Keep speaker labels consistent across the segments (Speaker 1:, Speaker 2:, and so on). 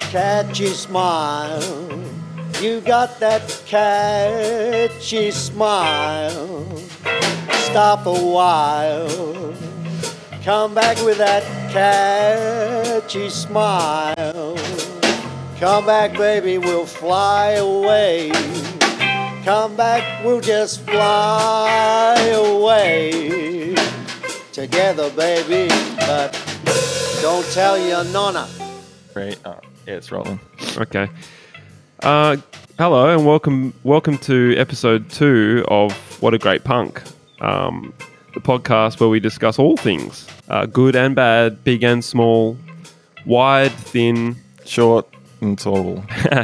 Speaker 1: catchy smile. You got that catchy smile. Stop a while. Come back with that catchy smile. Come back, baby, we'll fly away. Come back, we'll just fly away. Together, baby, but don't tell your nonna.
Speaker 2: Right. Oh, yeah, it's rolling.
Speaker 3: Okay. Uh, hello and welcome, welcome to episode two of What a Great Punk, um, the podcast where we discuss all things, uh, good and bad, big and small, wide, thin,
Speaker 2: Short and tall.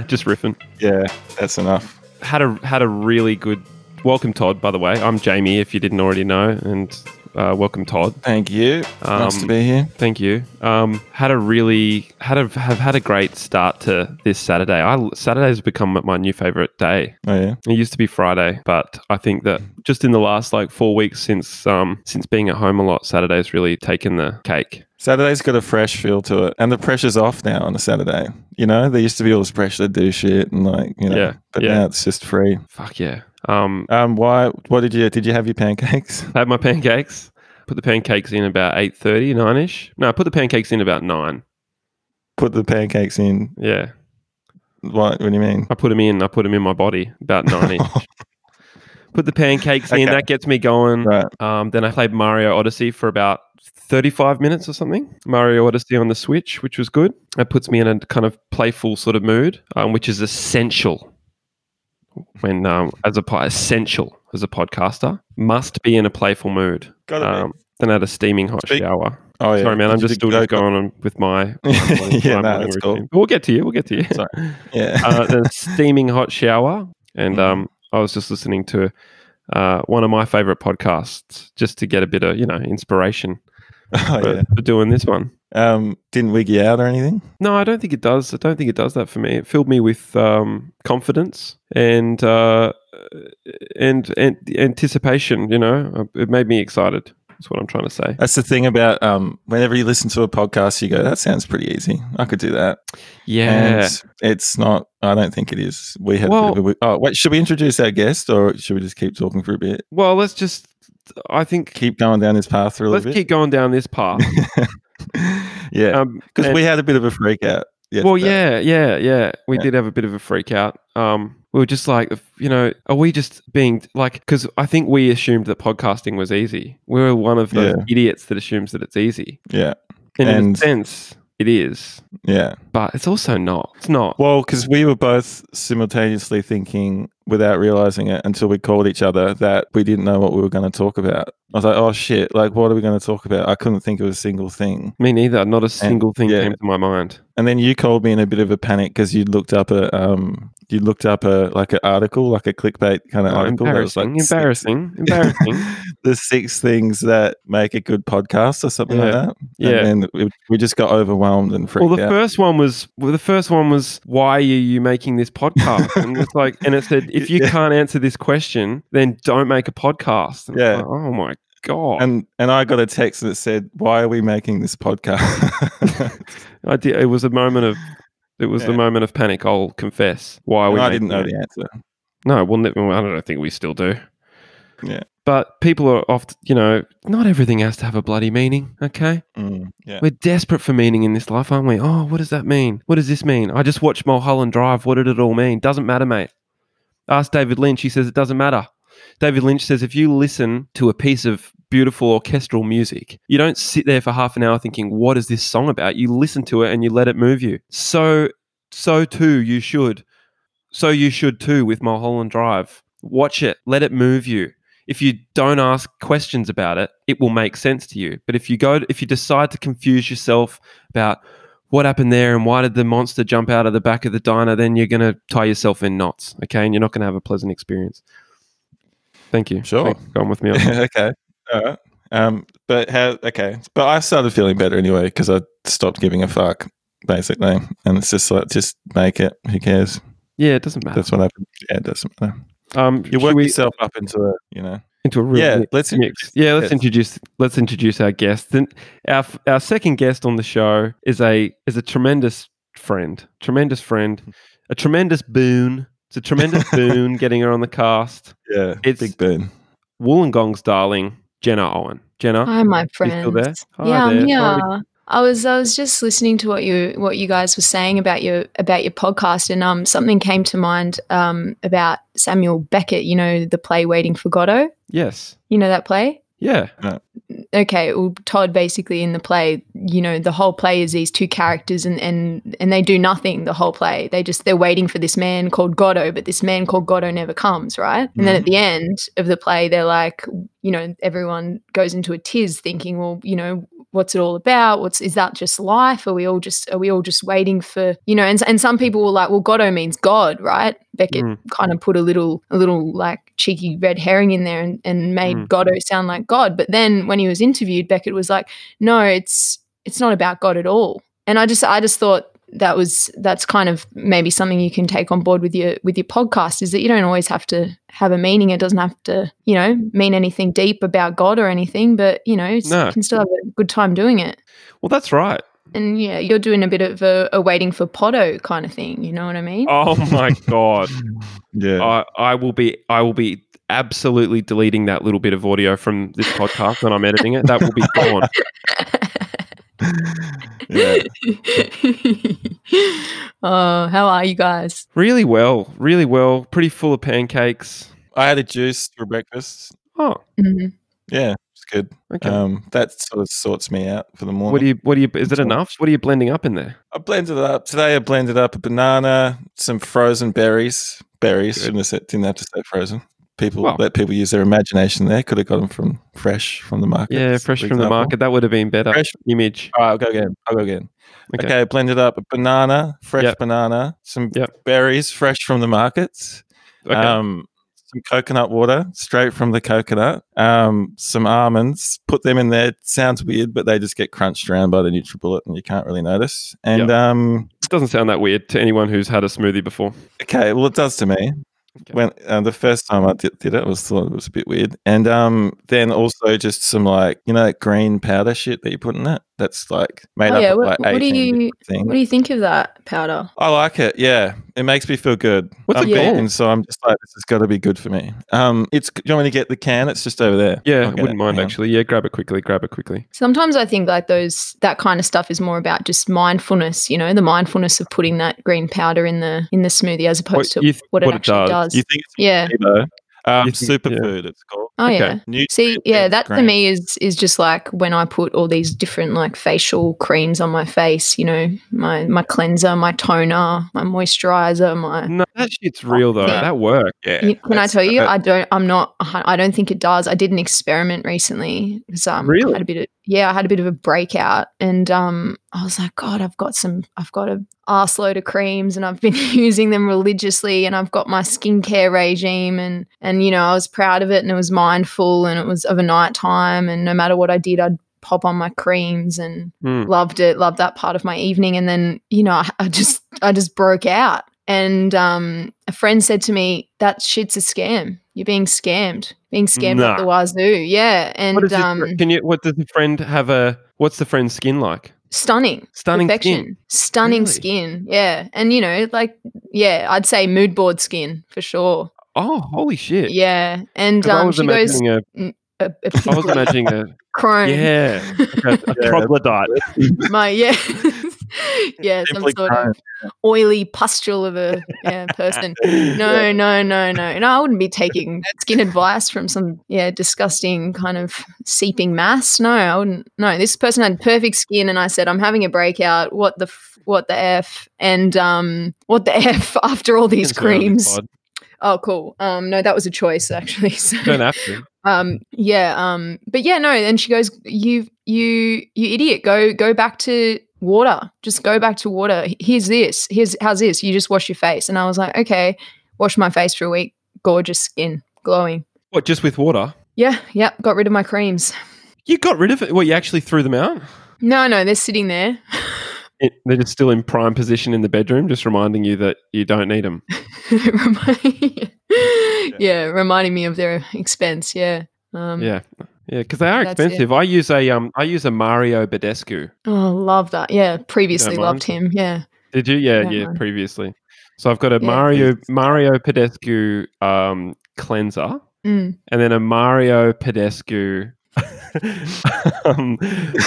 Speaker 3: just riffing.
Speaker 2: Yeah, that's enough.
Speaker 3: Had a had a really good welcome, Todd. By the way, I'm Jamie. If you didn't already know, and uh, welcome, Todd.
Speaker 2: Thank you. nice to
Speaker 3: Um,
Speaker 2: be here.
Speaker 3: Thank you. Um, had a really had a have had a great start to this Saturday. I Saturday's become my new favorite day.
Speaker 2: Oh yeah.
Speaker 3: It used to be Friday, but I think that just in the last like four weeks since um since being at home a lot, Saturday's really taken the cake.
Speaker 2: Saturday's got a fresh feel to it, and the pressure's off now on a Saturday. You know, there used to be all this pressure to do shit and like, you know,
Speaker 3: Yeah,
Speaker 2: but
Speaker 3: yeah.
Speaker 2: now it's just free.
Speaker 3: Fuck yeah. Um,
Speaker 2: Um, why? What did you? Did you have your pancakes?
Speaker 3: I had my pancakes. Put the pancakes in about 8.30, 9ish. No, I put the pancakes in about 9.
Speaker 2: Put the pancakes in.
Speaker 3: Yeah.
Speaker 2: What? What do you mean?
Speaker 3: I put them in. I put them in my body about 9 ish. put the pancakes in.
Speaker 2: Okay.
Speaker 3: That gets me going.
Speaker 2: Right.
Speaker 3: Um, then I played Mario Odyssey for about 35 minutes or something. Mario Odyssey on the Switch, which was good. That puts me in a kind of playful sort of mood, um, which is essential when um, as a po- essential as a podcaster must be in a playful mood.
Speaker 2: Got it.
Speaker 3: Um, then I had a steaming hot
Speaker 2: Speak-
Speaker 3: shower.
Speaker 2: oh yeah.
Speaker 3: Sorry, man.
Speaker 2: Did
Speaker 3: I'm
Speaker 2: you
Speaker 3: just
Speaker 2: do
Speaker 3: still just
Speaker 2: go-
Speaker 3: going on with my.
Speaker 2: yeah,
Speaker 3: my
Speaker 2: no,
Speaker 3: morning
Speaker 2: that's cool.
Speaker 3: routine. But we'll get to you. We'll get to you.
Speaker 2: Sorry. Yeah.
Speaker 3: uh, then steaming hot shower, and
Speaker 2: Mm.
Speaker 3: um, I was just listening to uh, one of my favorite podcasts just to get a bit of you know inspiration
Speaker 2: oh
Speaker 3: for,
Speaker 2: yeah.
Speaker 3: for doing this one.
Speaker 2: Um, didn't wig you out or anything?
Speaker 3: No, I don't think it does. I don't think it does that for me. It filled me with um, confidence and uh, and and anticipation. You know, Uh, it made me excited. That's what I'm trying to say.
Speaker 2: That's the thing about um, whenever you listen to a podcast, you go, that sounds pretty easy. I could do that.
Speaker 3: Yeah.
Speaker 2: And it's not, I don't think it is. We had a
Speaker 3: Well-
Speaker 2: bit of a, oh, wait, should we introduce our guest or should we just keep talking for a bit?
Speaker 3: well, let's just. I think
Speaker 2: Keep going down this path for a
Speaker 3: let's
Speaker 2: little bit?
Speaker 3: keep going down this path.
Speaker 2: yeah.
Speaker 3: Um,
Speaker 2: Because
Speaker 3: and-
Speaker 2: we had a bit of a freak out.
Speaker 3: Well,
Speaker 2: yesterday.
Speaker 3: yeah, yeah, yeah. We
Speaker 2: Yeah.
Speaker 3: did have a bit of a freak out. Um, we were just like, if- you know, are we just being like, because I think we assumed that podcasting was easy. We were one of those
Speaker 2: Yeah.
Speaker 3: idiots that assumes that it's easy.
Speaker 2: Yeah.
Speaker 3: And, in a
Speaker 2: And-
Speaker 3: sense, it is,
Speaker 2: Yeah.
Speaker 3: but it's also not. It's not.
Speaker 2: Well, because we were both simultaneously thinking without realizing it until we called each other that we didn't know what we were going to talk about. I was like, oh shit, like what are we going to talk about? I couldn't think of a single thing.
Speaker 3: Me neither. Not a single thing
Speaker 2: yeah.
Speaker 3: came to my mind.
Speaker 2: And then you called me in a bit of a panic because you looked up a um you looked up a like an article, like a clickbait kind of
Speaker 3: Oh,
Speaker 2: article. that was, like,
Speaker 3: embarrassing, embarrassing, embarrassing.
Speaker 2: Six, the six things that make a good podcast or something like
Speaker 3: Yeah.
Speaker 2: that.
Speaker 3: Yeah.
Speaker 2: And then we, we just got overwhelmed and freaked
Speaker 3: Well, the
Speaker 2: out.
Speaker 3: first one was well, the first one was why are you making this podcast? and it's like, and it said if you
Speaker 2: Yeah.
Speaker 3: can't answer this question, then don't make a podcast. And it's
Speaker 2: Yeah.
Speaker 3: like, oh my god.
Speaker 2: and and I got a text that said, Why are we making this podcast?
Speaker 3: I did. It was a moment of. It was the
Speaker 2: Yeah.
Speaker 3: moment of panic. I'll confess. Why are
Speaker 2: And
Speaker 3: we?
Speaker 2: I didn't know
Speaker 3: making
Speaker 2: the answer.
Speaker 3: it? No, we'll never. I don't think we still do.
Speaker 2: Yeah.
Speaker 3: But people are oft, you know, not everything has to have a bloody meaning. Okay,
Speaker 2: Mm, yeah.
Speaker 3: we're desperate for meaning in this life, aren't we? Oh, what does that mean? What does this mean? I just watched Mulholland Drive. What did it all mean? Doesn't matter, mate. Ask David Lynch. He says it doesn't matter. David Lynch says if you listen to a piece of beautiful orchestral music, you don't sit there for half an hour thinking, what is this song about? You listen to it and you let it move you. So, so too, you should. So you should too with Mulholland Drive. Watch it, let it move you. If you don't ask questions about it, it will make sense to you. But if you go, if you decide to confuse yourself about what happened there and why did the monster jump out of the back of the diner, then you're going to tie yourself in knots, okay? And you're not going to have a pleasant experience. Thank you.
Speaker 2: Sure.
Speaker 3: Thanks for going with me. on that.
Speaker 2: okay. All right. Um, but how? Okay. But I started feeling better anyway because I stopped giving a fuck, basically. And it's just like, just make it. Who cares?
Speaker 3: yeah, it doesn't matter.
Speaker 2: That's what happened. Yeah, it doesn't matter.
Speaker 3: Um,
Speaker 2: You
Speaker 3: should
Speaker 2: work
Speaker 3: we-
Speaker 2: yourself up into a, you know.
Speaker 3: into a real
Speaker 2: yeah.
Speaker 3: mi-
Speaker 2: Let's.
Speaker 3: mix. Yeah, let's
Speaker 2: Yes.
Speaker 3: introduce let's introduce our guest. Then our f- our second guest on the show is a is a tremendous friend, tremendous friend, a tremendous boon. It's a tremendous boon getting her on the cast.
Speaker 2: Yeah,
Speaker 3: It's-
Speaker 2: Big Ben.
Speaker 3: Wollongong's darling, Jenna Owen. Jenna,
Speaker 4: Hi, my
Speaker 3: you still there? Oh,
Speaker 4: friends.
Speaker 3: Hi
Speaker 4: yeah,
Speaker 3: there.
Speaker 4: I'm here.
Speaker 3: Sorry.
Speaker 4: I was I was just listening to what you what you guys were saying about your about your podcast, and um something came to mind um about Samuel Beckett. You know the play Waiting for Godot.
Speaker 3: yes,
Speaker 4: You know that play.
Speaker 3: yeah,
Speaker 4: Okay, well, Todd basically in the play, you know, the whole play is these two characters, and and and they do nothing the whole play. They just they're waiting for this man called Godot, but this man called Godot never comes, right? And then at the end of the play, they're like, you know, everyone goes into a tiz, thinking, well, you know, what's it all about? What's is that just life? Are we all just are we all just waiting for you know? And and some people were like, well, Godot means God, right? Beckett
Speaker 3: Mm.
Speaker 4: kind of put a little a little like cheeky red herring in there and, and made
Speaker 3: Mm.
Speaker 4: Godot sound like God. But then when he was interviewed, Beckett was like, no, it's it's not about God at all. And I just I just thought that was that's kind of maybe something you can take on board with your with your podcast is that you don't always have to have a meaning. It doesn't have to you know mean anything deep about God or anything, but you know it's,
Speaker 3: No.
Speaker 4: you can still have a good time doing it.
Speaker 3: well, that's right.
Speaker 4: And yeah, you're doing a bit of a, a waiting for Podo kind of thing. You know what I mean?
Speaker 3: Oh my god,
Speaker 2: Yeah.
Speaker 3: I, I will be, I will be absolutely deleting that little bit of audio from this podcast when I'm editing it. That will be gone.
Speaker 2: yeah.
Speaker 4: oh, how are you guys?
Speaker 3: Really well, really well. Pretty full of pancakes.
Speaker 2: I had a juice for breakfast.
Speaker 3: Oh,
Speaker 4: Mhm.
Speaker 2: Yeah, it's good.
Speaker 3: okay.
Speaker 2: Um, that sort of sorts me out for the morning.
Speaker 3: what do you? What do you? Is it
Speaker 2: Sorry.
Speaker 3: enough? What are you blending up in there?
Speaker 2: I blended it up today. I blended up a banana, some frozen berries. Berries
Speaker 3: Good.
Speaker 2: shouldn't have said, didn't have to say frozen. People
Speaker 3: Well-
Speaker 2: let people use their imagination. There could have got them from fresh from the market.
Speaker 3: Yeah, fresh
Speaker 2: for
Speaker 3: from the
Speaker 2: example.
Speaker 3: market. That would have been better.
Speaker 2: Fresh-
Speaker 3: Image.
Speaker 2: All right, I'll go again. I'll go again.
Speaker 3: Okay.
Speaker 2: Okay, blended up a banana, fresh
Speaker 3: Yep.
Speaker 2: banana, some
Speaker 3: Yep.
Speaker 2: berries fresh from the markets,
Speaker 3: Okay.
Speaker 2: um, some coconut water straight from the coconut, um, some almonds, put them in there. It sounds weird, but they just get crunched around by the NutriBullet and you can't really notice. And um,
Speaker 3: Doesn't sound that weird to anyone who's had a smoothie before.
Speaker 2: Okay, well, it does to me.
Speaker 3: Okay.
Speaker 2: When uh, the first time I did, did it, I was thought it was a bit weird, and um, then also just some like you know that green powder shit that you put in it. That's like made
Speaker 4: Oh,
Speaker 2: up
Speaker 4: yeah,
Speaker 2: of
Speaker 4: what-
Speaker 2: like
Speaker 4: what do you-
Speaker 2: eighteen different things.
Speaker 4: What do you think of that powder?
Speaker 2: I like it. Yeah, it makes me feel good.
Speaker 3: What's
Speaker 2: I'm
Speaker 4: it called?
Speaker 2: vegan, so I'm just like this has got to be good for me. Um, it's do you want me to get the can? It's just over there.
Speaker 3: Yeah,
Speaker 2: Okay,
Speaker 3: wouldn't mind
Speaker 2: hang on.
Speaker 3: actually. Yeah, grab it quickly. Grab it quickly.
Speaker 4: Sometimes I think like those that kind of stuff is more about just mindfulness, you know, the mindfulness of putting that green powder in the in the smoothie as opposed to
Speaker 3: you th-
Speaker 4: what it
Speaker 3: what it
Speaker 4: actually
Speaker 3: does.
Speaker 4: does.
Speaker 2: You think
Speaker 4: yeah.
Speaker 2: it's placebo? Um,
Speaker 3: You think- yeah.
Speaker 2: superfood. It's called.
Speaker 4: Oh
Speaker 3: Okay.
Speaker 4: yeah. See,
Speaker 2: Nutrient
Speaker 4: yeah, that to
Speaker 2: grain.
Speaker 4: me is is just like when I put all these different like facial creams on my face, you know, my my cleanser, my toner, my moisturizer, my
Speaker 3: No, that shit's real though.
Speaker 4: Yeah.
Speaker 3: That worked.
Speaker 2: Yeah.
Speaker 4: You- can I
Speaker 2: that's-
Speaker 4: tell you?
Speaker 2: that-
Speaker 4: I don't. I'm not. a hun- I don't think it does. I did an experiment recently because um, I
Speaker 3: Really?
Speaker 4: had a bit of yeah, I had a bit of a breakout, and um, I was like, God, I've got some. I've got a arse load of creams, and I've been using them religiously, and I've got my skincare regime, and and you know, I was proud of it, and it was mindful, and it was of a night time, and no matter what I did, I'd pop on my creams and
Speaker 3: Hmm.
Speaker 4: loved it loved that part of my evening and then you know I, I just i just broke out and um a friend said to me that shit's a scam you're being scammed being scammed
Speaker 3: Nah.
Speaker 4: at the wazoo yeah
Speaker 3: What is
Speaker 4: and
Speaker 3: this-
Speaker 4: um
Speaker 3: can you? What does the friend have a? What's the friend's skin like?
Speaker 4: stunning
Speaker 3: Stunning
Speaker 4: perfection
Speaker 3: skin.
Speaker 4: stunning
Speaker 3: Really?
Speaker 4: skin yeah and you know like yeah i'd say mood board skin for sure
Speaker 3: Oh, holy shit!
Speaker 4: yeah and
Speaker 3: 'Cause I
Speaker 4: um
Speaker 3: was
Speaker 4: she goes
Speaker 3: imagining a.
Speaker 4: a, a
Speaker 3: I was
Speaker 4: pimply
Speaker 3: imagining a.
Speaker 4: crone
Speaker 3: Yeah. like a, a
Speaker 2: Yeah.
Speaker 3: troglodyte.
Speaker 4: my yeah yeah some
Speaker 2: Pimply
Speaker 4: sort of oily pustule of a yeah, person No, no, no, no. No, I wouldn't be taking skin advice from some yeah, disgusting kind of seeping mass. No, I wouldn't. No, this person had perfect skin and I said, "I'm having a breakout. What the f- what the f?" And um what the f after all these
Speaker 3: Can surround the
Speaker 4: creams.
Speaker 3: pod.
Speaker 4: Oh, cool. Um no, that was a choice actually. So
Speaker 3: You Don't have to.
Speaker 4: um yeah, um but yeah, no, and she goes, "You you you idiot. Go go back to water. Just go back to water. Here's this. Here's how's this? You just wash your face." And I was like, "Okay." Washed my face for a week. Gorgeous skin, glowing.
Speaker 3: What? Just with water?
Speaker 4: Yeah, yep. Got rid of my creams.
Speaker 3: You got rid of it? Well, you actually threw them out.
Speaker 4: No, no, they're sitting there.
Speaker 3: It, they're just still in prime position in the bedroom, just reminding you that you don't need them.
Speaker 4: Remind- yeah, reminding me of their expense. Yeah. Um,
Speaker 3: Yeah, yeah, because they are
Speaker 4: That's it.
Speaker 3: expensive. I use a um, I use a Mario Badescu.
Speaker 4: Oh, love that. Yeah, previously
Speaker 3: mind?
Speaker 4: loved him. Yeah.
Speaker 3: Did you? Yeah,
Speaker 4: Don't
Speaker 3: yeah.
Speaker 4: know.
Speaker 3: Previously, so I've got a
Speaker 4: Yeah.
Speaker 3: Mario Mario Badescu um, cleanser,
Speaker 4: Mm.
Speaker 3: and then a Mario Badescu um,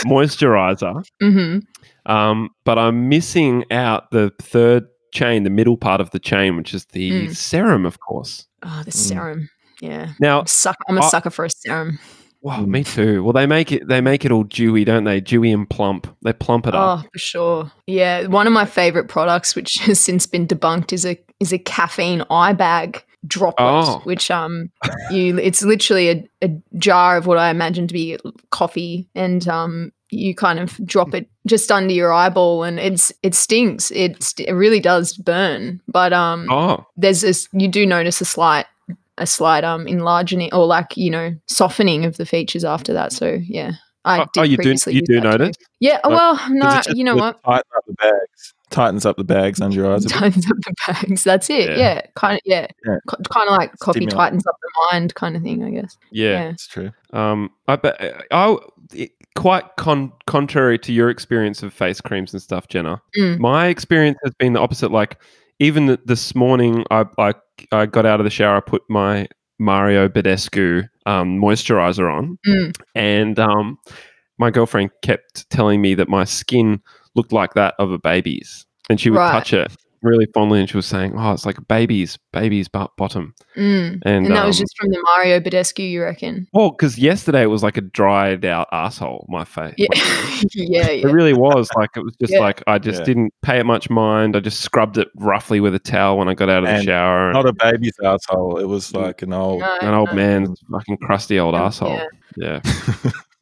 Speaker 3: moisturizer.
Speaker 4: hmm
Speaker 3: Um, but I'm missing out the third chain, the middle part of the chain, which is the
Speaker 4: Mm.
Speaker 3: serum, of course.
Speaker 4: Oh, the
Speaker 2: Mm.
Speaker 4: serum. Yeah.
Speaker 3: Now,
Speaker 4: I'm, suck- I'm a
Speaker 3: I-
Speaker 4: sucker for a serum.
Speaker 3: wow,
Speaker 2: Mm.
Speaker 3: me too. Well, they make it they make it all dewy, don't they? Dewy and plump. They plump it up.
Speaker 4: Oh, for sure. Yeah. One of my favorite products, which has since been debunked, is a is a caffeine eye bag droplet,
Speaker 3: Oh.
Speaker 4: which um you it's literally a, a jar of what I imagine to be coffee and um you kind of drop it just under your eyeball and it's it stinks. It, st- it really does burn. But um
Speaker 3: Oh,
Speaker 4: there's this you do notice a slight a slight um enlarging or like, you know, softening of the features after that. So yeah. I
Speaker 3: Oh, oh, you do-
Speaker 4: previously
Speaker 3: you
Speaker 4: use
Speaker 3: do
Speaker 4: that too.
Speaker 3: notice?
Speaker 4: Yeah,
Speaker 3: Like,
Speaker 4: well, no,
Speaker 2: Because it just
Speaker 4: you know
Speaker 2: would
Speaker 4: what?
Speaker 2: Tighten up the bags. Tightens up the bags under your eyes. a bit.
Speaker 4: Tightens up the bags. That's it.
Speaker 3: Yeah.
Speaker 4: Yeah, kind of. Yeah,
Speaker 2: Yeah.
Speaker 4: kind of like coffee
Speaker 2: Stimulant.
Speaker 4: tightens up the mind, kind of thing. I guess.
Speaker 3: yeah.
Speaker 4: Yeah.
Speaker 2: It's true.
Speaker 3: Um, I but I it, quite con- contrary to your experience of face creams and stuff, Jenna.
Speaker 4: Mm.
Speaker 3: My experience has been the opposite. Like even th this morning, I, I I got out of the shower, I put my Mario Badescu um, moisturizer on,
Speaker 4: Mm.
Speaker 3: and um, my girlfriend kept telling me that my skin looked like that of a baby's, and she would
Speaker 4: Right.
Speaker 3: touch it really fondly, and she was saying, "Oh, it's like a baby's baby's butt bottom,"
Speaker 4: Mm.
Speaker 3: and,
Speaker 4: And, that was
Speaker 3: um,
Speaker 4: just from the Mario Badescu, you reckon?
Speaker 3: well, because yesterday it was like a dried out asshole. My face.
Speaker 4: Yeah, yeah,
Speaker 3: It
Speaker 4: yeah.
Speaker 3: really was like it was just
Speaker 4: Yeah.
Speaker 3: like I just
Speaker 2: Yeah.
Speaker 3: didn't pay it much mind. I just scrubbed it roughly with a towel when I got out of the
Speaker 2: And
Speaker 3: shower. And
Speaker 2: Not a baby's asshole. It was like an old.
Speaker 4: No,
Speaker 3: an old
Speaker 4: no.
Speaker 3: man's fucking crusty old asshole. Yeah.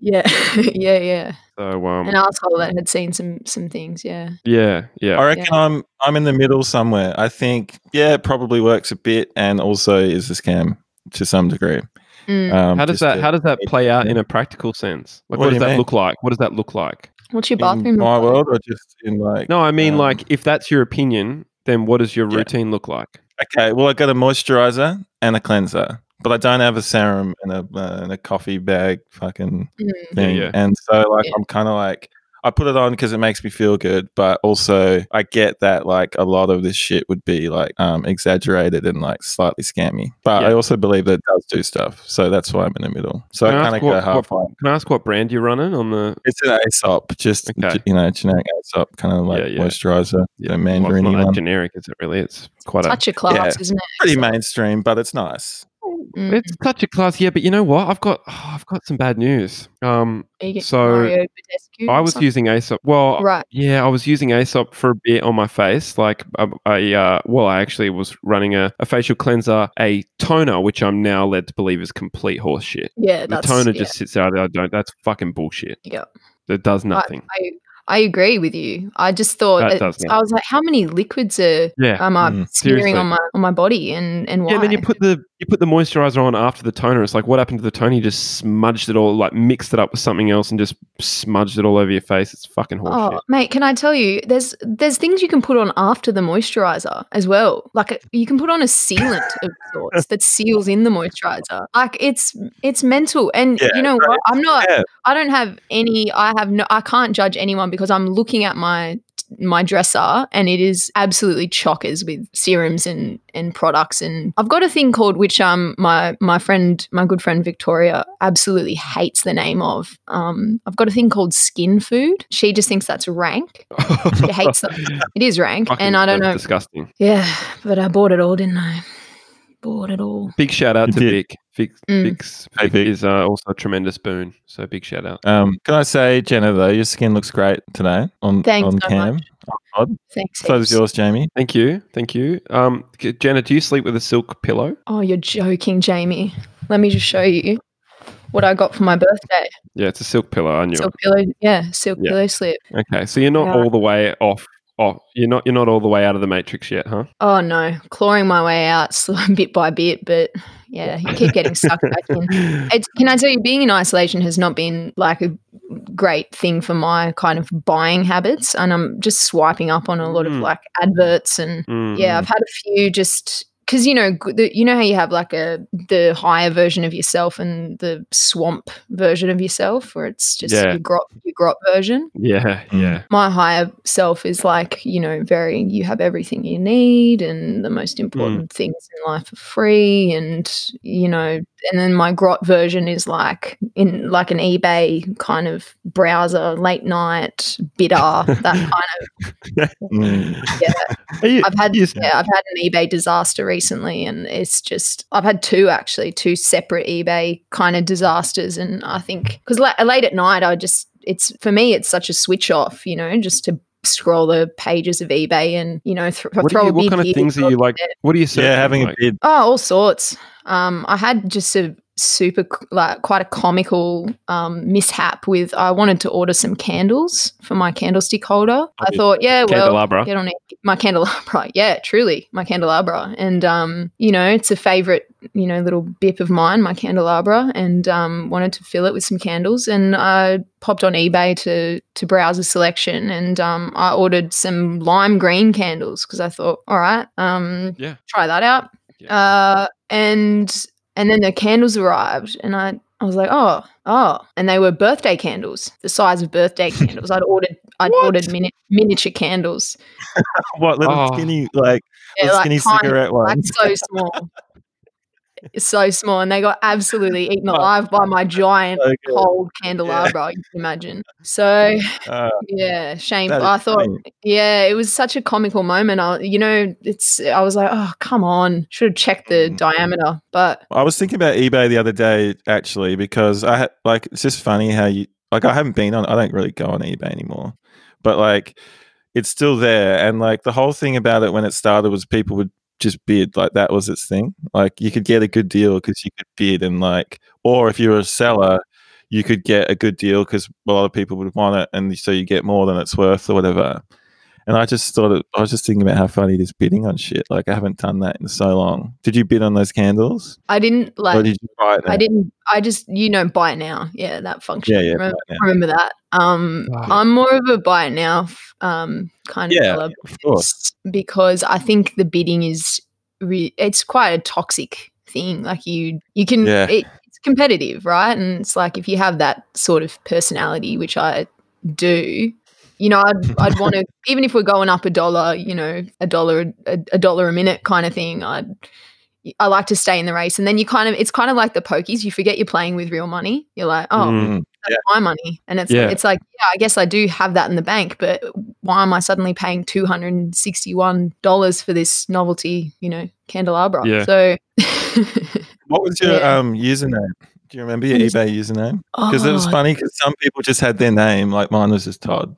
Speaker 4: Yeah, yeah, yeah.
Speaker 3: So um.
Speaker 4: An asshole that had seen some some things. Yeah.
Speaker 3: yeah. Yeah.
Speaker 2: I reckon
Speaker 4: Yeah.
Speaker 2: I'm I'm in the middle somewhere. I think yeah, it probably works a bit, and also is a scam to some degree.
Speaker 4: Mm.
Speaker 2: Um,
Speaker 3: How does
Speaker 2: just
Speaker 3: that
Speaker 2: to-
Speaker 3: How does that play out in a practical sense? Like,
Speaker 2: What
Speaker 3: what,
Speaker 2: do
Speaker 3: does
Speaker 2: you
Speaker 3: that
Speaker 2: mean?
Speaker 3: look like? What does that look like?
Speaker 4: What's your
Speaker 2: in
Speaker 4: bathroom?
Speaker 2: my
Speaker 4: look like?
Speaker 2: world or just in like
Speaker 3: No, I mean
Speaker 2: Um,
Speaker 3: like if that's your opinion, then what does your
Speaker 2: Yeah.
Speaker 3: routine look like?
Speaker 2: okay, well I got a moisturizer and a cleanser, but I don't have a serum and a uh, and a coffee bag fucking
Speaker 4: Mm.
Speaker 2: thing.
Speaker 3: yeah.
Speaker 2: And so like
Speaker 4: Yeah.
Speaker 2: I'm kind of like I put it on because it makes me feel good, but also I get that like a lot of this shit would be like um exaggerated and like slightly scammy. But
Speaker 3: Yeah.
Speaker 2: I also believe that it does do stuff, so that's why I'm in the middle. So
Speaker 3: Can I
Speaker 2: I kind of
Speaker 3: ask
Speaker 2: go
Speaker 3: what-
Speaker 2: half.
Speaker 3: Can I ask what brand you're running on the?
Speaker 2: It's an ASOP, just
Speaker 3: Okay.
Speaker 2: g- you know, generic ASOP kind of like
Speaker 3: Yeah, yeah.
Speaker 2: moisturizer,
Speaker 3: Yeah.
Speaker 2: the
Speaker 3: Well, it's
Speaker 2: mandarin
Speaker 3: not that
Speaker 2: one.
Speaker 3: generic, is it? Really, it's quite a
Speaker 4: Touch of class, isn't
Speaker 2: Pretty mainstream, but it's nice.
Speaker 4: it? Mm.
Speaker 3: It's such a class, yeah. But you know what? I've got oh, I've got some bad news. Um,
Speaker 4: Are you getting
Speaker 3: so,
Speaker 4: Mario Badescu
Speaker 3: I
Speaker 4: or
Speaker 3: was
Speaker 4: something?
Speaker 3: using Aesop. Well,
Speaker 4: right.
Speaker 3: yeah, I was using Aesop for a bit on my face. Like, I, I uh, well, I actually was running a, a facial cleanser, a toner, which I'm now led to believe is complete horseshit.
Speaker 4: Yeah,
Speaker 3: The
Speaker 4: that's
Speaker 3: toner
Speaker 4: yeah.
Speaker 3: just sits out. there. I don't. That's fucking bullshit.
Speaker 4: Yeah.
Speaker 3: It does nothing.
Speaker 4: I, I agree with you. I just thought
Speaker 3: That
Speaker 4: it-
Speaker 3: does
Speaker 4: I was like, how many liquids are
Speaker 3: yeah.
Speaker 4: am I
Speaker 2: Mm,
Speaker 4: smearing
Speaker 3: seriously.
Speaker 4: on my on my body and and why?
Speaker 3: Yeah, and then you put the you put the moisturizer on after the toner. It's like what happened to the toner? You just smudged it all, like mixed it up with something else, and just smudged it all over your face. It's fucking horseshit.
Speaker 4: oh, mate, can I tell you? There's there's things you can put on after the moisturizer as well. Like a, you can put on a sealant of sorts that seals in the moisturizer. Like it's it's mental. And
Speaker 2: Yeah,
Speaker 4: you know
Speaker 2: right.
Speaker 4: what? I'm not.
Speaker 2: Yeah.
Speaker 4: I don't have any. I have no. I can't judge anyone because I'm looking at my my dresser and it is absolutely chockers with serums and and products and I've got a thing called which um my my friend my good friend Victoria absolutely hates the name of um I've got a thing called skin food she just thinks that's rank she hates them it is rank
Speaker 3: Fucking-
Speaker 4: and I don't
Speaker 3: that's
Speaker 4: know
Speaker 3: Disgusting.
Speaker 4: yeah but I bought it all didn't I bought it all
Speaker 3: Big shout out
Speaker 2: You
Speaker 3: to
Speaker 2: did.
Speaker 3: Vic. Vic,
Speaker 4: Mm.
Speaker 3: Vic's,
Speaker 2: Hey,
Speaker 3: Vic
Speaker 2: Vic.
Speaker 3: is uh, also a tremendous boon. So big shout out.
Speaker 2: Um, can I say, Jenna, though, your skin looks great today on,
Speaker 4: Thanks
Speaker 2: on
Speaker 4: so
Speaker 2: cam. On pod.
Speaker 4: thanks
Speaker 2: So does
Speaker 4: heaps.
Speaker 2: yours, Jamie.
Speaker 3: Thank you, thank you. Um, K- Jenna, do you sleep with a silk pillow?
Speaker 4: Oh, you're joking, Jamie. Let me just show you what I got for my birthday.
Speaker 3: Yeah, it's a silk pillow. I knew
Speaker 4: Silk pillow, yeah, silk
Speaker 3: Yeah.
Speaker 4: pillow slip.
Speaker 3: it. Okay, so you're not
Speaker 4: Yeah.
Speaker 3: all the way off. Off. You're not. You're not all the way out of the matrix yet, huh?
Speaker 4: Oh no, clawing my way out slow, bit by bit, but yeah, you keep getting sucked back in. It's, can I tell you, being in isolation has not been like a great thing for my kind of buying habits, and I'm just swiping up on a lot
Speaker 3: Mm.
Speaker 4: of like adverts and
Speaker 3: Mm.
Speaker 4: yeah, I've had a few just because you know g- the, you know how you have like a the higher version of yourself and the swamp version of yourself, where it's just
Speaker 3: Yeah.
Speaker 4: your grot your grot version.
Speaker 3: Yeah,
Speaker 2: Mm.
Speaker 3: yeah.
Speaker 4: my higher self is like you know very you have everything you need and the most important things in life are free and you know and then my grot version is like in like an ebay kind of browser late night bidder that kind of
Speaker 2: Mm.
Speaker 3: Are you-
Speaker 4: i've had
Speaker 3: you-
Speaker 4: yeah, i've had an ebay disaster recently and it's just i've had two actually two separate ebay kind of disasters and i think because late at night i just it's for me it's such a switch off you know just to scroll the pages of ebay and you know th-
Speaker 3: What, do
Speaker 4: throw
Speaker 3: you-
Speaker 4: a
Speaker 3: what
Speaker 4: bid
Speaker 3: kind
Speaker 4: here,
Speaker 3: of things
Speaker 4: throw
Speaker 3: are
Speaker 4: a
Speaker 3: you
Speaker 4: bid
Speaker 3: like?
Speaker 4: there.
Speaker 3: What do you search?
Speaker 2: yeah, having a
Speaker 3: like?
Speaker 2: bid.
Speaker 4: oh all sorts um i had just a super c- like quite a comical um mishap with i wanted to order some candles for my candlestick
Speaker 3: Oh,
Speaker 4: holder i
Speaker 2: did.
Speaker 4: thought yeah well
Speaker 3: candelabra.
Speaker 4: Get on it. My candelabra. Yeah, truly. My candelabra. And, um, you know, it's a favorite, you know, little bip of mine, my candelabra, and um, wanted to fill it with some candles. And I popped on eBay to, to browse a selection and um, I ordered some lime green candles because I thought, all right, um,
Speaker 3: Yeah.
Speaker 4: try that out.
Speaker 3: Yeah.
Speaker 4: Uh, and, and then the candles arrived and I, I was like, oh, oh, and they were birthday candles, the size of birthday candles. I'd ordered, I'd
Speaker 2: What?
Speaker 4: ordered mini- miniature candles.
Speaker 2: What little
Speaker 3: Oh.
Speaker 2: skinny like
Speaker 4: Yeah,
Speaker 2: little
Speaker 4: like
Speaker 2: skinny
Speaker 4: tiny,
Speaker 2: cigarette
Speaker 4: like
Speaker 2: ones?
Speaker 4: so small, It's so small, and they got absolutely eaten
Speaker 2: Oh.
Speaker 4: alive by my giant
Speaker 2: Okay.
Speaker 4: cold candelabra. You can imagine. So
Speaker 2: Uh,
Speaker 4: yeah, shame.
Speaker 2: that is
Speaker 4: I thought,
Speaker 2: brilliant.
Speaker 4: yeah, it was such a comical moment. I, you know, it's. I was like, oh come on, should have checked the
Speaker 2: Mm.
Speaker 4: diameter, but
Speaker 2: I was thinking about eBay the other day actually because I had like it's just funny how you like I haven't been on I don't really go on eBay anymore. But like it's still there and like the whole thing about it when it started was people would just bid like that was its thing. Like you could get a good deal because you could bid and like or if you were a seller you could get a good deal because a lot of people would want it and so you get more than it's worth or whatever. And I just thought it, I was just thinking about how funny it is bidding on shit. Like I haven't done that in so long. Did you bid on those candles?
Speaker 4: I didn't
Speaker 2: Or
Speaker 4: like.
Speaker 2: did you buy it?
Speaker 4: I
Speaker 2: then?
Speaker 4: didn't. I just, you know, buy it now. Yeah, that function.
Speaker 2: Yeah, yeah,
Speaker 4: Remember,
Speaker 2: buy it
Speaker 4: remember that. Um,
Speaker 3: Ah.
Speaker 4: I'm more of a buy it now f- um, kind
Speaker 2: Yeah,
Speaker 4: of fella
Speaker 2: of course.
Speaker 4: because I think the bidding is re- it's quite a toxic thing. Like you, you can
Speaker 2: Yeah.
Speaker 4: it, it's competitive, right? And it's like if you have that sort of personality, which I do. You know, I'd, I'd want to, even if we're going up a dollar, you know, a dollar, a, a dollar a minute kind of thing, I'd, I like to stay in the race. And then you kind of, it's kind of like the pokies. You forget you're playing with real money. You're like, oh,
Speaker 3: Hmm.
Speaker 2: Mm.
Speaker 4: that's my money. And it's
Speaker 3: Yeah.
Speaker 4: it's like, yeah, I guess I do have that in the bank, but why am I suddenly paying two hundred and sixty one dollars for this novelty, you know, candelabra?
Speaker 3: Yeah.
Speaker 4: So
Speaker 2: What was your
Speaker 4: Yeah.
Speaker 2: um, username? Do you remember your
Speaker 4: Yes.
Speaker 2: eBay username? Because it was
Speaker 4: Oh,
Speaker 2: funny because some people just had their name, like mine was just Todd,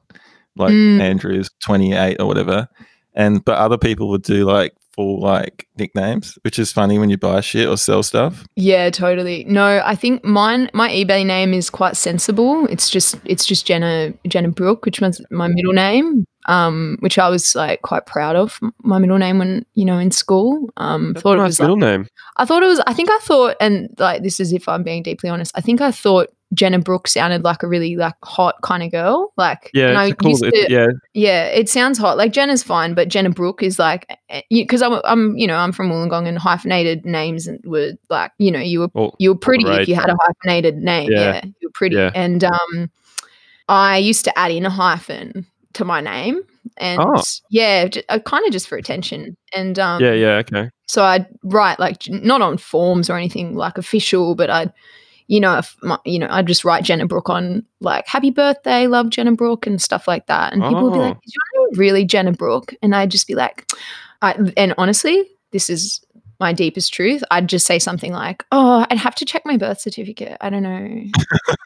Speaker 2: like
Speaker 4: Mm.
Speaker 2: Andrew's twenty eight or whatever, and but other people would do like full like nicknames, which is funny when you buy shit or sell stuff.
Speaker 4: Yeah, totally. No, I think mine my eBay name is quite sensible. It's just it's just Jenna Jenna Brooke, which was my middle name. Um, which I was like quite proud of m- my middle name when you know in school. Um,
Speaker 3: That's a
Speaker 4: thought it
Speaker 3: nice
Speaker 4: was like,
Speaker 3: middle name.
Speaker 4: I thought it was, I think I thought, and like this is if I'm being deeply honest, I think I thought Jenna Brooke sounded like a really like hot kind of girl. Like, and
Speaker 3: Yeah,
Speaker 4: I
Speaker 3: it's a cool.
Speaker 4: used
Speaker 3: it's-
Speaker 4: to-
Speaker 3: yeah,
Speaker 4: yeah, it sounds hot. Like Jenna's fine, but Jenna Brooke is like, because I'm, I'm, you know, I'm from Wollongong and hyphenated names and were like, you know, you were
Speaker 3: well,
Speaker 4: you were pretty if
Speaker 3: Right.
Speaker 4: you had a hyphenated name.
Speaker 3: Yeah.
Speaker 4: Yeah, you were pretty.
Speaker 3: Yeah.
Speaker 4: And um, I used to add in a hyphen to my name, and
Speaker 3: Oh.
Speaker 4: yeah, j- uh, kind of just for attention. And um,
Speaker 3: yeah, yeah. Okay.
Speaker 4: so I'd write like j- not on forms or anything like official, but I'd you know if my, you know I'd just write Jenna Brooke on like Happy Birthday, love Jenna Brooke and stuff like that, and people would be like,
Speaker 3: Oh.
Speaker 4: "Is your name really Jenna Brooke?" And I'd just be like, I, and honestly, this is my deepest truth. I'd just say something like, "Oh, I'd have to check my birth certificate. I don't know,"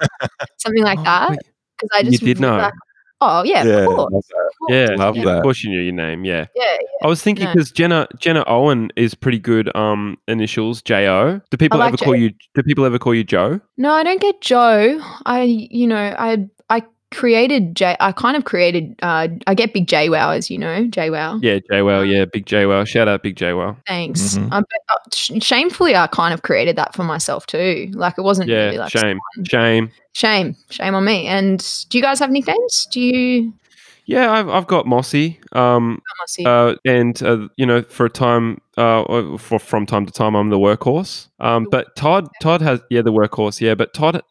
Speaker 4: something like
Speaker 3: Oh,
Speaker 4: that
Speaker 3: wait.
Speaker 4: because I
Speaker 3: You
Speaker 4: just
Speaker 3: did
Speaker 4: was
Speaker 3: know.
Speaker 4: Like, oh yeah, of course,
Speaker 2: love that.
Speaker 4: of course,
Speaker 3: Yeah,
Speaker 2: Love
Speaker 4: yeah,
Speaker 2: that.
Speaker 3: Of course, you knew your name. Yeah.
Speaker 4: yeah.
Speaker 3: I was thinking
Speaker 4: No.
Speaker 3: because Jenna Jenna Owen is pretty good. Um, initials J O. Mm-hmm. Do people
Speaker 4: like
Speaker 3: ever call you? Do people ever call you Joe?
Speaker 4: No, I don't get Joe. I, you know, I I created J. I kind of created. Uh, I get big J wow, as you know, J wow.
Speaker 3: Yeah, J Well. Yeah, big J Well. Shout out, big J Well.
Speaker 4: Thanks.
Speaker 3: Mm-hmm.
Speaker 2: Mhm.
Speaker 4: Um, but, uh, sh- shamefully, I kind of created that for myself too. Like it wasn't really
Speaker 3: Yeah,
Speaker 4: like
Speaker 3: shame, shame.
Speaker 4: shame, shame on me. And do you guys have nicknames? Do you?
Speaker 3: Yeah, I've I've got Mossy. Um,
Speaker 4: I must see.
Speaker 3: uh, and uh, you know, for a time uh, or for, from time to time. I'm the workhorse. Um, but Todd, Todd has yeah, the workhorse. Yeah, but Todd,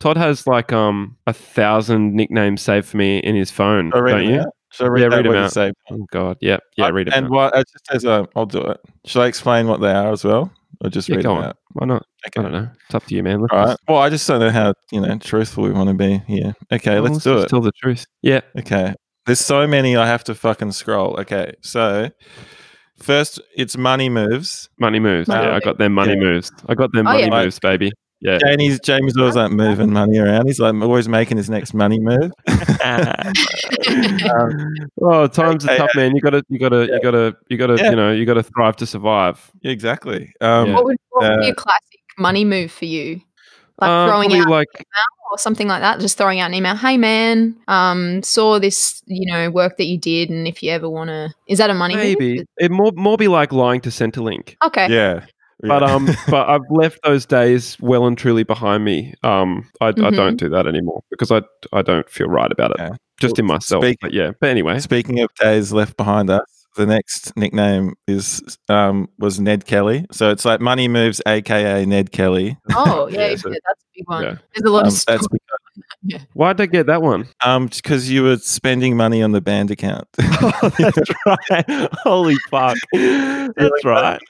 Speaker 3: Todd has like um a thousand nicknames saved for me in his phone.
Speaker 2: So read
Speaker 3: don't
Speaker 2: them
Speaker 3: you?
Speaker 2: out. So read
Speaker 3: Yeah,
Speaker 2: that
Speaker 3: read 'em
Speaker 2: what you
Speaker 3: out.
Speaker 2: say.
Speaker 3: Oh God, yeah, yeah.
Speaker 2: Uh,
Speaker 3: Read it.
Speaker 2: And
Speaker 3: out.
Speaker 2: what? Uh, just as a, I'll do it. Should I explain what they are as well, or just
Speaker 3: Yeah,
Speaker 2: read
Speaker 3: go
Speaker 2: them
Speaker 3: on.
Speaker 2: out?
Speaker 3: Why not? I don't know. It's up to you, man. Let's
Speaker 2: All right.
Speaker 3: just-
Speaker 2: Well, I just don't know how you know truthful we want to be here. Okay,
Speaker 3: well,
Speaker 2: let's do
Speaker 3: just
Speaker 2: it.
Speaker 3: Tell the truth. Yeah.
Speaker 2: Okay. There's so many I have to fucking scroll. Okay. So first it's money moves.
Speaker 3: Money moves.
Speaker 4: Money
Speaker 3: yeah, I
Speaker 4: moves.
Speaker 3: got them money
Speaker 2: Yeah.
Speaker 3: moves. I got them
Speaker 4: Oh,
Speaker 3: money
Speaker 4: yeah.
Speaker 2: Like-
Speaker 3: moves, baby. Yeah.
Speaker 2: Janie's James always like moving money around. He's like always making his next money move.
Speaker 3: oh, times
Speaker 2: okay,
Speaker 3: are tough, man. You gotta, you gotta, you gotta, you gotta,
Speaker 2: Yeah.
Speaker 3: you know, you gotta thrive to survive.
Speaker 2: exactly. Um
Speaker 3: Yeah.
Speaker 4: What would, what would be
Speaker 2: Uh,
Speaker 4: a classic money move for you? Like
Speaker 3: Um,
Speaker 4: throwing
Speaker 3: probably
Speaker 4: out
Speaker 3: like
Speaker 4: or something like that, just throwing out an email. Hey man, um, saw this, you know, work that you did, and if you ever want to, is that a money move?
Speaker 3: maybe it more more be like lying to Centrelink.
Speaker 4: Okay.
Speaker 2: yeah.
Speaker 3: But um, but I've left those days well and truly behind me. Um, I, I
Speaker 4: Mhm.
Speaker 3: don't do that anymore because I I don't feel right about it.
Speaker 2: Yeah.
Speaker 3: Just in
Speaker 2: Well,
Speaker 3: myself.
Speaker 2: speak-
Speaker 3: But yeah. But anyway,
Speaker 2: Speaking of days left behind us, the next nickname is um was Ned Kelly. So it's like money moves aka Ned Kelly.
Speaker 4: Oh yeah,
Speaker 3: Yeah,
Speaker 4: yeah,
Speaker 3: so-
Speaker 4: that's a big one.
Speaker 3: yeah.
Speaker 4: There's a lot
Speaker 2: Um,
Speaker 4: of
Speaker 2: that's
Speaker 4: stories.
Speaker 3: why'd I get that one?
Speaker 2: um because you were spending money on the band account.
Speaker 3: Oh, that's right. Holy fuck. That's right.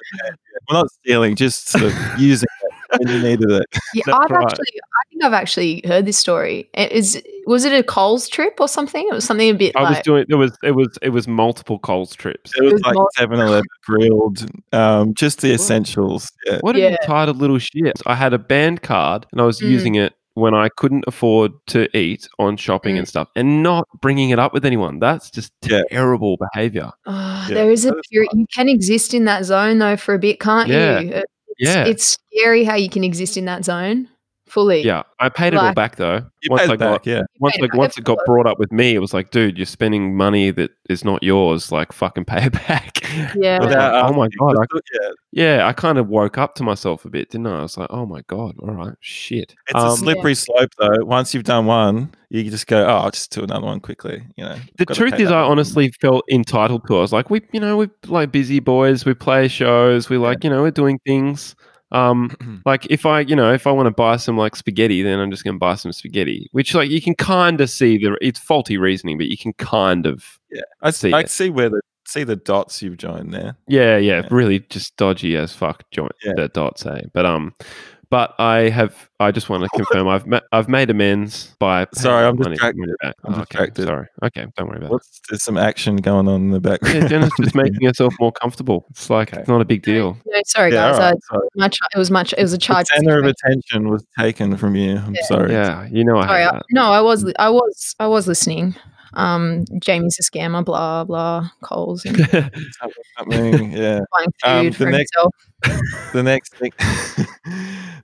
Speaker 2: well, not stealing, just sort of using it when you needed it.
Speaker 4: Yeah,
Speaker 3: that's
Speaker 4: I've
Speaker 3: right.
Speaker 4: actually, I think I've actually heard this story. It is was it a Coles trip or something? It was something a bit
Speaker 3: I was
Speaker 4: like
Speaker 3: doing it was it was it was multiple Coles trips.
Speaker 2: It was
Speaker 4: was
Speaker 2: like
Speaker 4: more-
Speaker 2: 7 Eleven grilled, um, just the essentials. Yeah.
Speaker 3: What
Speaker 4: Yeah.
Speaker 3: an entitled little shit. I had a band card and I was
Speaker 4: Mm.
Speaker 3: using it when I couldn't afford to eat on shopping
Speaker 4: Mm.
Speaker 3: and stuff and not bringing it up with anyone. That's just
Speaker 2: Yeah.
Speaker 3: terrible behavior.
Speaker 4: oh,
Speaker 2: Yeah,
Speaker 4: there is a
Speaker 2: that is
Speaker 4: period. You can exist in that zone though for a bit, can't
Speaker 3: Yeah.
Speaker 4: you? It's,
Speaker 3: Yeah.
Speaker 4: it's scary how you can exist in that zone fully.
Speaker 3: yeah. I paid it all
Speaker 4: Like-
Speaker 3: back though.
Speaker 2: You
Speaker 3: Once
Speaker 2: paid
Speaker 3: I
Speaker 2: it back,
Speaker 3: got
Speaker 2: yeah.
Speaker 4: You
Speaker 3: once
Speaker 4: paid it
Speaker 3: like
Speaker 4: back,
Speaker 3: once it got
Speaker 4: of
Speaker 3: brought up with me, it was like, dude, you're spending money that is not yours. Like fucking pay it back. I
Speaker 4: course. Yeah.
Speaker 3: was like,
Speaker 2: Without um,
Speaker 3: oh my god, I
Speaker 2: yeah,
Speaker 3: Yeah, I kind of woke up to myself a bit, didn't I? I was like, oh my God, all right, shit.
Speaker 2: it's a
Speaker 3: Um,
Speaker 4: slip-
Speaker 2: slippery slope though. Once you've done one, you just go, oh, I'll just do another one quickly. You know,
Speaker 3: the
Speaker 2: gotta
Speaker 3: truth
Speaker 2: pay
Speaker 3: is,
Speaker 2: that
Speaker 3: I
Speaker 2: one.
Speaker 3: honestly felt entitled to it. I was like, we, you know, we're like busy boys, we play shows, we like, you know, we're doing things. Um, like if I, you know, if I want to buy some like spaghetti, then I'm just going to buy some spaghetti, which like you can kind of see the, it's faulty reasoning, but you can kind of,
Speaker 2: I
Speaker 3: see
Speaker 2: see. I
Speaker 3: it.
Speaker 2: see where the see the dots you've joined there.
Speaker 3: yeah, yeah,
Speaker 2: Yeah.
Speaker 3: really just dodgy as fuck joint
Speaker 2: Yeah.
Speaker 3: the dots, eh? But, um, but I have, I just want to confirm I've, ma- I've made amends by. paying
Speaker 2: Sorry,
Speaker 3: that
Speaker 2: I'm
Speaker 3: money-
Speaker 2: distracted.
Speaker 3: money back.
Speaker 2: I'm
Speaker 3: Oh, okay,
Speaker 2: distracted.
Speaker 3: Sorry. Okay, don't worry about it.
Speaker 2: What's there's some action going on in the background?
Speaker 3: Yeah, Jenna's just making herself more comfortable. It's like
Speaker 2: Okay.
Speaker 3: it's not a big deal.
Speaker 4: No, sorry
Speaker 2: Yeah,
Speaker 4: guys.
Speaker 2: all right,
Speaker 4: I,
Speaker 2: sorry.
Speaker 4: much, it was much. It was a
Speaker 2: The
Speaker 4: charge.
Speaker 2: center of
Speaker 4: situation.
Speaker 2: attention was taken from you. I'm sorry.
Speaker 3: Yeah, you know I
Speaker 4: Sorry,
Speaker 3: have
Speaker 4: I,
Speaker 3: that. Mm.
Speaker 4: no, I was, I was, I was listening. Um, Jamie's a scammer. Blah blah. Coles and
Speaker 2: Something- yeah.
Speaker 4: buying food
Speaker 2: Um, the
Speaker 4: for
Speaker 2: next-
Speaker 4: himself.
Speaker 2: the next nick-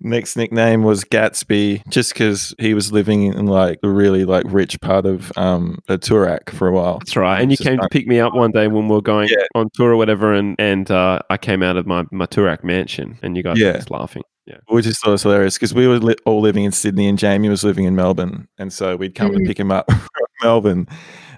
Speaker 2: next nickname was Gatsby, just because he was living in like a really like rich part of um a Turak for a while.
Speaker 3: That's right. And you
Speaker 2: It's just
Speaker 3: came to
Speaker 2: fun.
Speaker 3: pick me up one day when we were going
Speaker 2: Yeah.
Speaker 3: on tour or whatever, and and uh, I came out of my my Turak mansion, and you guys
Speaker 2: Yeah.
Speaker 3: were just laughing. Yeah.
Speaker 2: Which is sort of hilarious because we were li- all living in Sydney and Jamie was living in Melbourne, and so we'd come and
Speaker 4: Mhm.
Speaker 2: pick him up from Melbourne,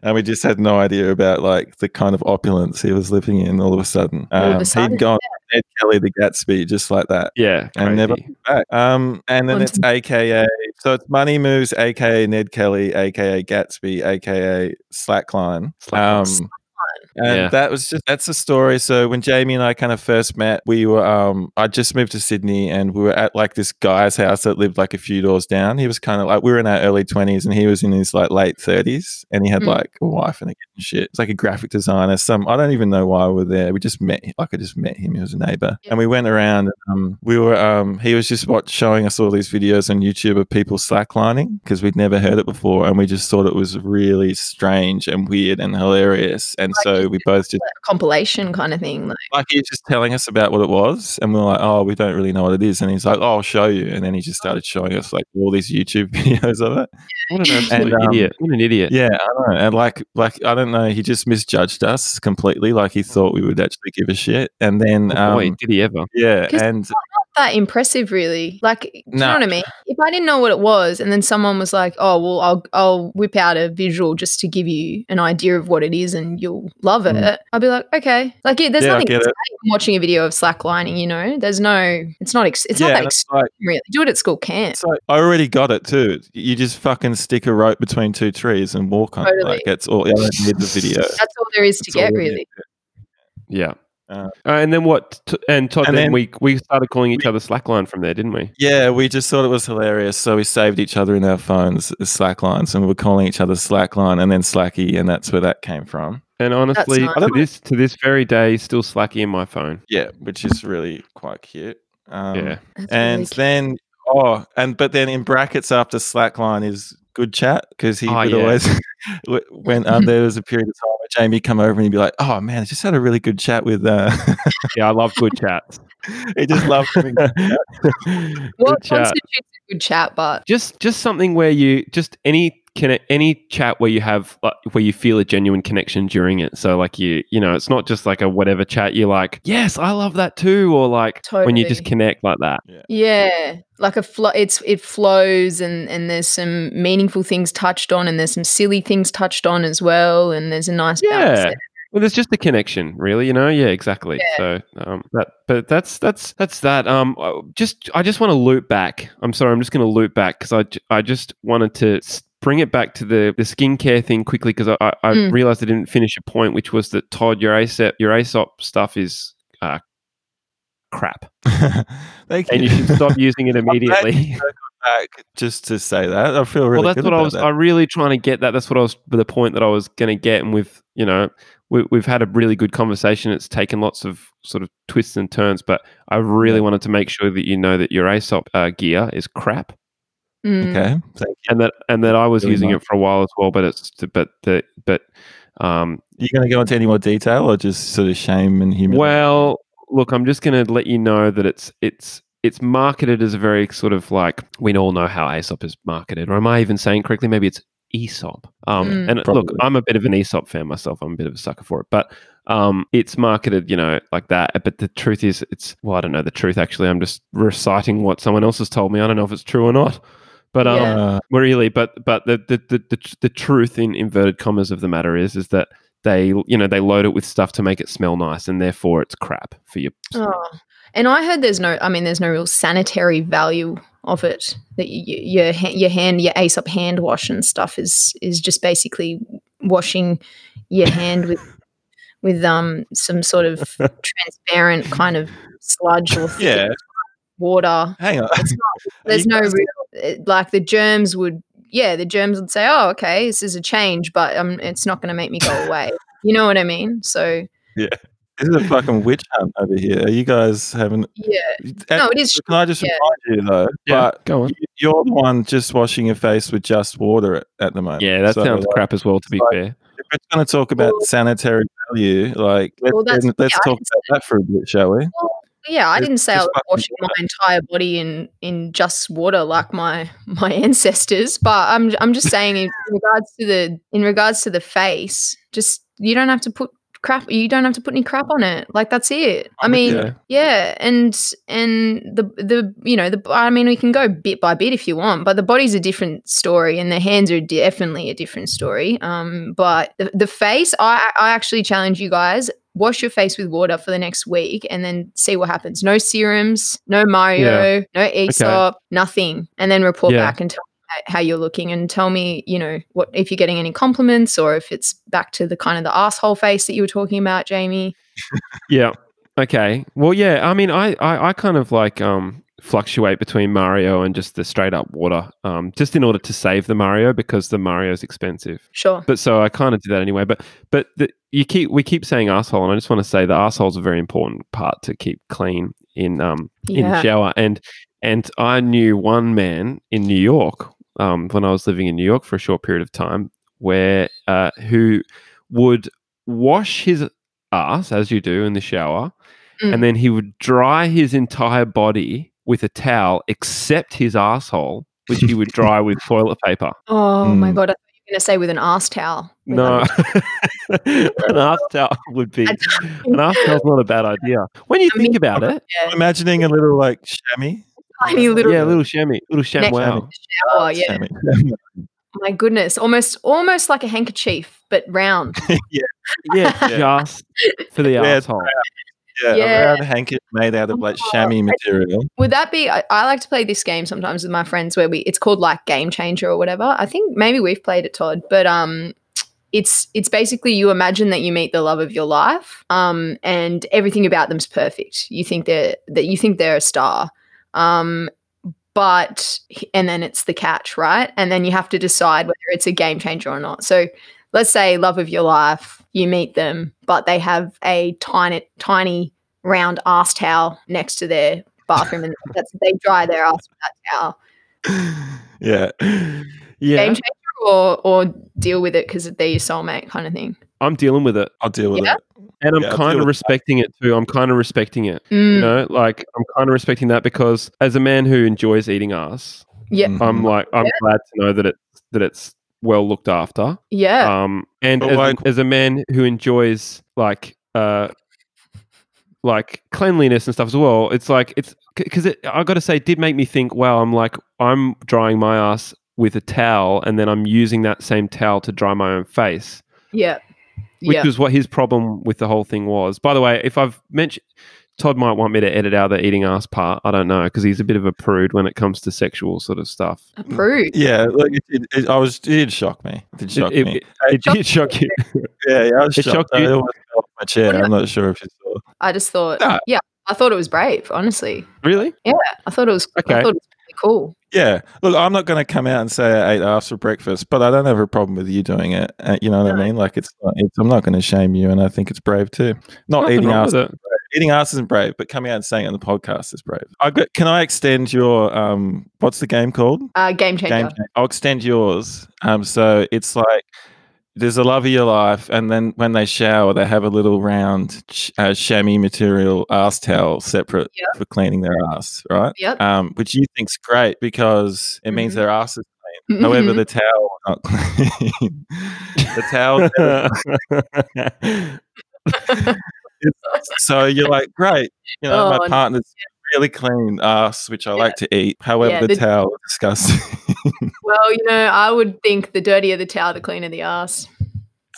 Speaker 2: and we just had no idea about like the kind of opulence he was living in. All of a sudden,
Speaker 4: All of a
Speaker 2: um,
Speaker 4: sudden,
Speaker 2: he'd gone Ned Kelly the Gatsby just like that.
Speaker 3: Yeah.
Speaker 2: And never-
Speaker 3: crazy.
Speaker 2: back. Um, and then
Speaker 4: On
Speaker 2: it's AKA. So it's Money Moves, AKA Ned Kelly, AKA Gatsby, AKA Slackline.
Speaker 3: Slackline.
Speaker 2: Um, and
Speaker 3: Yeah.
Speaker 2: that was just that's the story. So when Jamie and I kind of first met, we were um I just moved to Sydney and we were at like this guy's house that lived like a few doors down. He was kind of like we were in our early twenties and he was in his like late thirties and he had
Speaker 4: Mm.
Speaker 2: like a wife and a kid and shit. It's like a graphic designer. Some I don't even know why we were there. We just met like I just met him. He was a neighbor
Speaker 4: Yeah.
Speaker 2: and we went around. Um, we were um he was just what showing us all these videos on YouTube of people slacklining because we'd never heard it before and we just thought it was really strange and weird and hilarious. And so we both just
Speaker 4: Like a compilation kind of thing. Like,
Speaker 2: like he was just telling us about what it was, and we were like, "Oh, we don't really know what it is." And he's like, "Oh, I'll show you," and then he
Speaker 4: Oh.
Speaker 2: just started showing us like all these YouTube videos of it.
Speaker 3: What an absolute
Speaker 2: um,
Speaker 3: idiot! What an idiot!
Speaker 2: Yeah, I know. And like, like I don't know, he just misjudged us
Speaker 4: Mm.
Speaker 2: completely. Like he thought we would actually give a shit, and then
Speaker 3: Oh,
Speaker 2: um,
Speaker 3: boy, did he ever?
Speaker 2: yeah,
Speaker 4: 'Cause-
Speaker 2: and
Speaker 4: that impressive, really. Like, do you
Speaker 2: No.
Speaker 4: know what I mean? If I didn't know what it was, and then someone was like, "Oh, well, I'll I'll whip out a visual just to give you an idea of what it is, and you'll love it,"
Speaker 2: Mm.
Speaker 4: I'd be like, "Okay." Like, it, there's
Speaker 2: Yeah, I
Speaker 4: nothing
Speaker 2: get it.
Speaker 4: exciting in watching a video of slacklining. You know, there's no. It's not. Ex- it's
Speaker 2: yeah,
Speaker 4: not that
Speaker 2: and
Speaker 4: extreme.
Speaker 2: it's like,
Speaker 4: Really, do it at school camp.
Speaker 2: it's like I already got it too. You just fucking stick a rope between two trees and walk on it.
Speaker 4: Totally.
Speaker 2: Like it's all. I don't need the video.
Speaker 4: That's all there is to
Speaker 2: That's all
Speaker 4: get,
Speaker 2: we need.
Speaker 4: really.
Speaker 3: Yeah.
Speaker 2: Uh,
Speaker 3: Uh, and then what? T- and Todd,
Speaker 2: and
Speaker 3: then,
Speaker 2: then-
Speaker 3: we we started calling each other slackline from there, didn't we?
Speaker 2: Yeah, we just thought it was hilarious, so we saved each other in our phones as slack lines, and we were calling each other slackline and then slacky, and that's where that came from.
Speaker 3: And honestly,
Speaker 4: nice.
Speaker 2: I
Speaker 3: to
Speaker 2: don't know.
Speaker 3: this to this very day, still slacky in my phone.
Speaker 2: Yeah, which is really quite cute. Um,
Speaker 3: yeah.
Speaker 4: That's really
Speaker 2: and
Speaker 4: cute.
Speaker 2: then oh, and but then in brackets after slackline is good chat because he
Speaker 3: Oh,
Speaker 2: would
Speaker 3: yeah.
Speaker 2: always w- when um, there was a period of time where Jamie come over and he'd be like, "Oh man, I just had a really good chat with." Uh,
Speaker 3: Yeah, I love good chats.
Speaker 2: he just loved. having-
Speaker 4: what
Speaker 3: good chat.
Speaker 4: constitutes a good chat? But
Speaker 3: Just just something where you just any can any chat where you have like, where you feel a genuine connection during it. So like you you know, it's not just like a whatever chat. You're like, yes, I love that too, or like when you just
Speaker 4: Totally.
Speaker 3: connect like that.
Speaker 4: Yeah, like a flow. It's it flows, and and there's some meaningful things touched on, and there's some silly things touched on as well, and there's a nice balance
Speaker 3: Yeah.
Speaker 4: there.
Speaker 3: Well, there's just a connection, really, you know. Yeah, exactly. So, um, that, but that's that's that's that. Um, I- just I just want to loop back. I'm sorry, I'm just going to loop back because I, j- I just wanted to s- bring it back to the the skincare thing quickly because I I, I
Speaker 4: Mm.
Speaker 3: realized I didn't finish a point, which was that Todd, your ASAP your ASOP stuff is uh, crap,
Speaker 2: Thank you.
Speaker 3: and you should stop using it immediately.
Speaker 2: back just to say that. I feel really
Speaker 3: well, that's
Speaker 2: good
Speaker 3: what I
Speaker 2: about
Speaker 3: was.
Speaker 2: that.
Speaker 3: I really trying to get that. That's what I was. The point that I was going to get, and we've, you know, we, we've had a really good conversation. It's taken lots of sort of twists and turns, but I really wanted to make sure that you know that your ASOP uh, gear is crap,
Speaker 4: Mm.
Speaker 2: Okay, thank you.
Speaker 3: and that and that I was
Speaker 2: Really
Speaker 3: using
Speaker 2: not.
Speaker 3: it for a while as well. But it's but the but um,
Speaker 2: You going to go into any more detail, or just sort of shame and humor?
Speaker 3: Well, look, I'm just going to let you know that it's it's it's marketed as a very sort of like we all know how Aesop is marketed, or am I even saying correctly? Maybe it's Aesop. Um,
Speaker 4: Mm.
Speaker 3: And look,
Speaker 2: Probably.
Speaker 3: I'm a bit of an Aesop fan myself. I'm a bit of a sucker for it, but um, it's marketed, you know, like that. But the truth is, it's well, I don't know the truth actually. I'm just reciting what someone else has told me. I don't know if it's true or not, but um,
Speaker 4: Yeah.
Speaker 2: Uh,
Speaker 3: well, really, but but the the, the the tr- the truth in inverted commas of the matter is is that they you know they load it with stuff to make it smell nice, and therefore it's crap for you.
Speaker 4: Oh. And I heard there's no. I mean, there's no real sanitary value of it. That y- y- your ha- your hand, your Aesop hand wash and stuff is is just basically washing your hand with with um some sort of transparent kind of sludge or thick
Speaker 2: yeah.
Speaker 4: water.
Speaker 2: Hang on.
Speaker 4: It's
Speaker 2: Are
Speaker 4: there's
Speaker 2: you
Speaker 4: no
Speaker 2: guys-
Speaker 4: real it- like the germs would yeah the germs would say oh okay this is a change but um it's not going to make me go away you know what i mean so
Speaker 2: This is a fucking witch hunt over here. Are you guys having?
Speaker 4: yeah no
Speaker 2: And
Speaker 4: it is
Speaker 2: Can I just
Speaker 4: yeah.
Speaker 2: remind you though? But
Speaker 3: go on.
Speaker 2: you- you're the one just washing your face with just water at, at the moment.
Speaker 3: Yeah, that
Speaker 2: So,
Speaker 3: sounds
Speaker 2: like,
Speaker 3: crap as well. To be
Speaker 2: like-
Speaker 3: fair,
Speaker 2: If we're going to talk about
Speaker 4: Well-
Speaker 2: sanitary value, like let's,
Speaker 4: Well, that's-
Speaker 2: let's
Speaker 4: yeah, I
Speaker 2: talk about that for a bit, shall we?
Speaker 4: yeah i
Speaker 2: It's
Speaker 4: didn't say i
Speaker 2: just
Speaker 4: was
Speaker 2: fucking
Speaker 4: washing my entire body in in just water like my my ancestors but i'm i'm just saying in regards to the in regards to the face just you don't have to put crap you don't have to put any crap on it like that's it i
Speaker 2: I'm with
Speaker 4: mean
Speaker 2: you.
Speaker 3: yeah.
Speaker 4: Yeah, and and the the you know the I mean we can go bit by bit if you want, but the body's a different story, and the hands are definitely a different story. Um, but the, the face, I I actually challenge you guys: wash your face with water for the next week, and then see what happens. No serums, no Mario, no Aesop, nothing, and then report
Speaker 3: Yeah.
Speaker 4: back and tell me how you're looking and tell me you know what if you're getting any compliments or if it's back to the kind of the asshole face that you were talking about jamie
Speaker 3: yeah, okay. Well, yeah, I mean, I I, I kind of like um fluctuate between Mario and just the straight up water, um, just in order to save the Mario because the Mario is expensive.
Speaker 4: sure
Speaker 3: But so I kind of do that anyway. But but the, you keep we keep saying asshole, and I just want to say the asshole's a very important part to keep clean in um in the
Speaker 4: Yeah.
Speaker 3: shower. And and I knew one man in New York um when I was living in New York for a short period of time where uh who would wash his ass as you do in the shower,
Speaker 4: Mm.
Speaker 3: and then he would dry his entire body with a towel except his asshole, which he would dry with toilet paper.
Speaker 4: Oh my
Speaker 2: Mm.
Speaker 4: god, I thought you were gonna say with an arse towel. with
Speaker 3: No,
Speaker 4: like
Speaker 3: an half towel would be an half towel's not a bad idea. When you think about it,
Speaker 2: I'm imagining a little like chamois.
Speaker 4: Tiny little
Speaker 3: yeah, a little chamois, little
Speaker 4: neck
Speaker 3: chamois.
Speaker 4: shower. Oh, Yeah.
Speaker 2: Chamois.
Speaker 4: My goodness. Almost almost like a handkerchief, but round.
Speaker 3: Yeah,
Speaker 2: Yeah.
Speaker 3: just for the
Speaker 2: Yeah,
Speaker 3: asshole.
Speaker 2: Yeah,
Speaker 4: Yeah. Oh,
Speaker 2: a round handkerchief made out of like chamois material.
Speaker 4: Would that be I, I like to play this game sometimes with my friends where we it's called like game changer or whatever. I think maybe we've played it, Todd, but um it's it's basically you imagine that you meet the love of your life, um, and everything about them's perfect. You think they're that you think they're a star. Um but and then it's the catch, right? And then you have to decide whether it's a game changer or not. So let's say love of your life, you meet them, but they have a tiny tiny round ass towel next to their bathroom and that's they dry their ass with that towel.
Speaker 2: Yeah.
Speaker 3: Yeah,
Speaker 4: Game changer or or deal with it because they're your soulmate kind of thing.
Speaker 3: I'm dealing with it,
Speaker 2: I'll deal with
Speaker 4: Yeah.
Speaker 2: it.
Speaker 3: and I'm
Speaker 2: Yeah, I'll deal
Speaker 3: kind
Speaker 2: with
Speaker 3: of
Speaker 2: that.
Speaker 3: respecting it too. I'm kind of respecting it. You
Speaker 4: Mm,
Speaker 3: know, like I'm kind of respecting that because as a man who enjoys eating ass,
Speaker 4: Yeah,
Speaker 2: Mhm.
Speaker 3: I'm Um, like I'm
Speaker 4: Yeah.
Speaker 3: glad to know that it's that it's well looked after.
Speaker 4: yeah.
Speaker 2: Uh,
Speaker 3: Um, and
Speaker 2: But
Speaker 3: as,
Speaker 2: like-
Speaker 3: a, as a man who enjoys like uh, like cleanliness and stuff as well, it's like it's because it, I got to say, it did make me think. Wow, I'm like I'm drying my ass with a towel, and then I'm using that same towel to dry my own face
Speaker 4: yeah.
Speaker 3: which
Speaker 4: Yeah.
Speaker 3: was what his problem with the whole thing was. By the way, if I've mentioned, Todd might want me to edit out the eating ass part. I don't know because he's a bit of a prude when it comes to sexual sort of stuff.
Speaker 4: A prude.
Speaker 2: Yeah, like it, it, it, I was. It did shock me. It did shock
Speaker 3: it,
Speaker 2: me.
Speaker 3: It, it did shock you.
Speaker 2: yeah, yeah, I was
Speaker 3: it
Speaker 2: shocked.
Speaker 3: shocked
Speaker 2: I
Speaker 3: you?
Speaker 2: almost fell off my chair. I'm not sure if you saw.
Speaker 4: I just thought
Speaker 2: No.
Speaker 4: yeah. I thought it was brave, honestly.
Speaker 3: Really?
Speaker 4: I thought it was I
Speaker 3: Okay.
Speaker 4: thought it was pretty cool.
Speaker 2: Yeah, look, I'm not going to come out and say I ate ass for breakfast, but I don't have a problem with you doing it. Uh, you know what I mean? Like it's, not, it's I'm not going to shame you, and I think it's brave too. Not
Speaker 3: Nothing
Speaker 2: eating
Speaker 3: wrong
Speaker 2: ass,
Speaker 3: with it.
Speaker 2: eating ass isn't brave, but coming out and saying it on the podcast is brave. I got, can I extend your um, what's the game called?
Speaker 4: Uh game changer.
Speaker 2: Game change. I'll extend yours. Um, so it's like there's a love of your life, and then when they shower, they have a little round ch- uh, chamois material ass towel separate
Speaker 4: Yep.
Speaker 2: for cleaning their ass, right?
Speaker 4: Yep.
Speaker 2: Um, which you think's great because it means
Speaker 4: Mhm.
Speaker 2: their ass is. However,
Speaker 4: Mhm.
Speaker 2: the towel not clean. the towel. so you're like, great. You know,
Speaker 4: Oh,
Speaker 2: my
Speaker 4: no.
Speaker 2: partner's really clean ass, which I
Speaker 4: Yeah.
Speaker 2: like to eat. However,
Speaker 4: Yeah,
Speaker 2: the,
Speaker 4: the-
Speaker 2: towel is disgusting.
Speaker 4: well, you know, I would think the dirtier the towel, the cleaner the ass.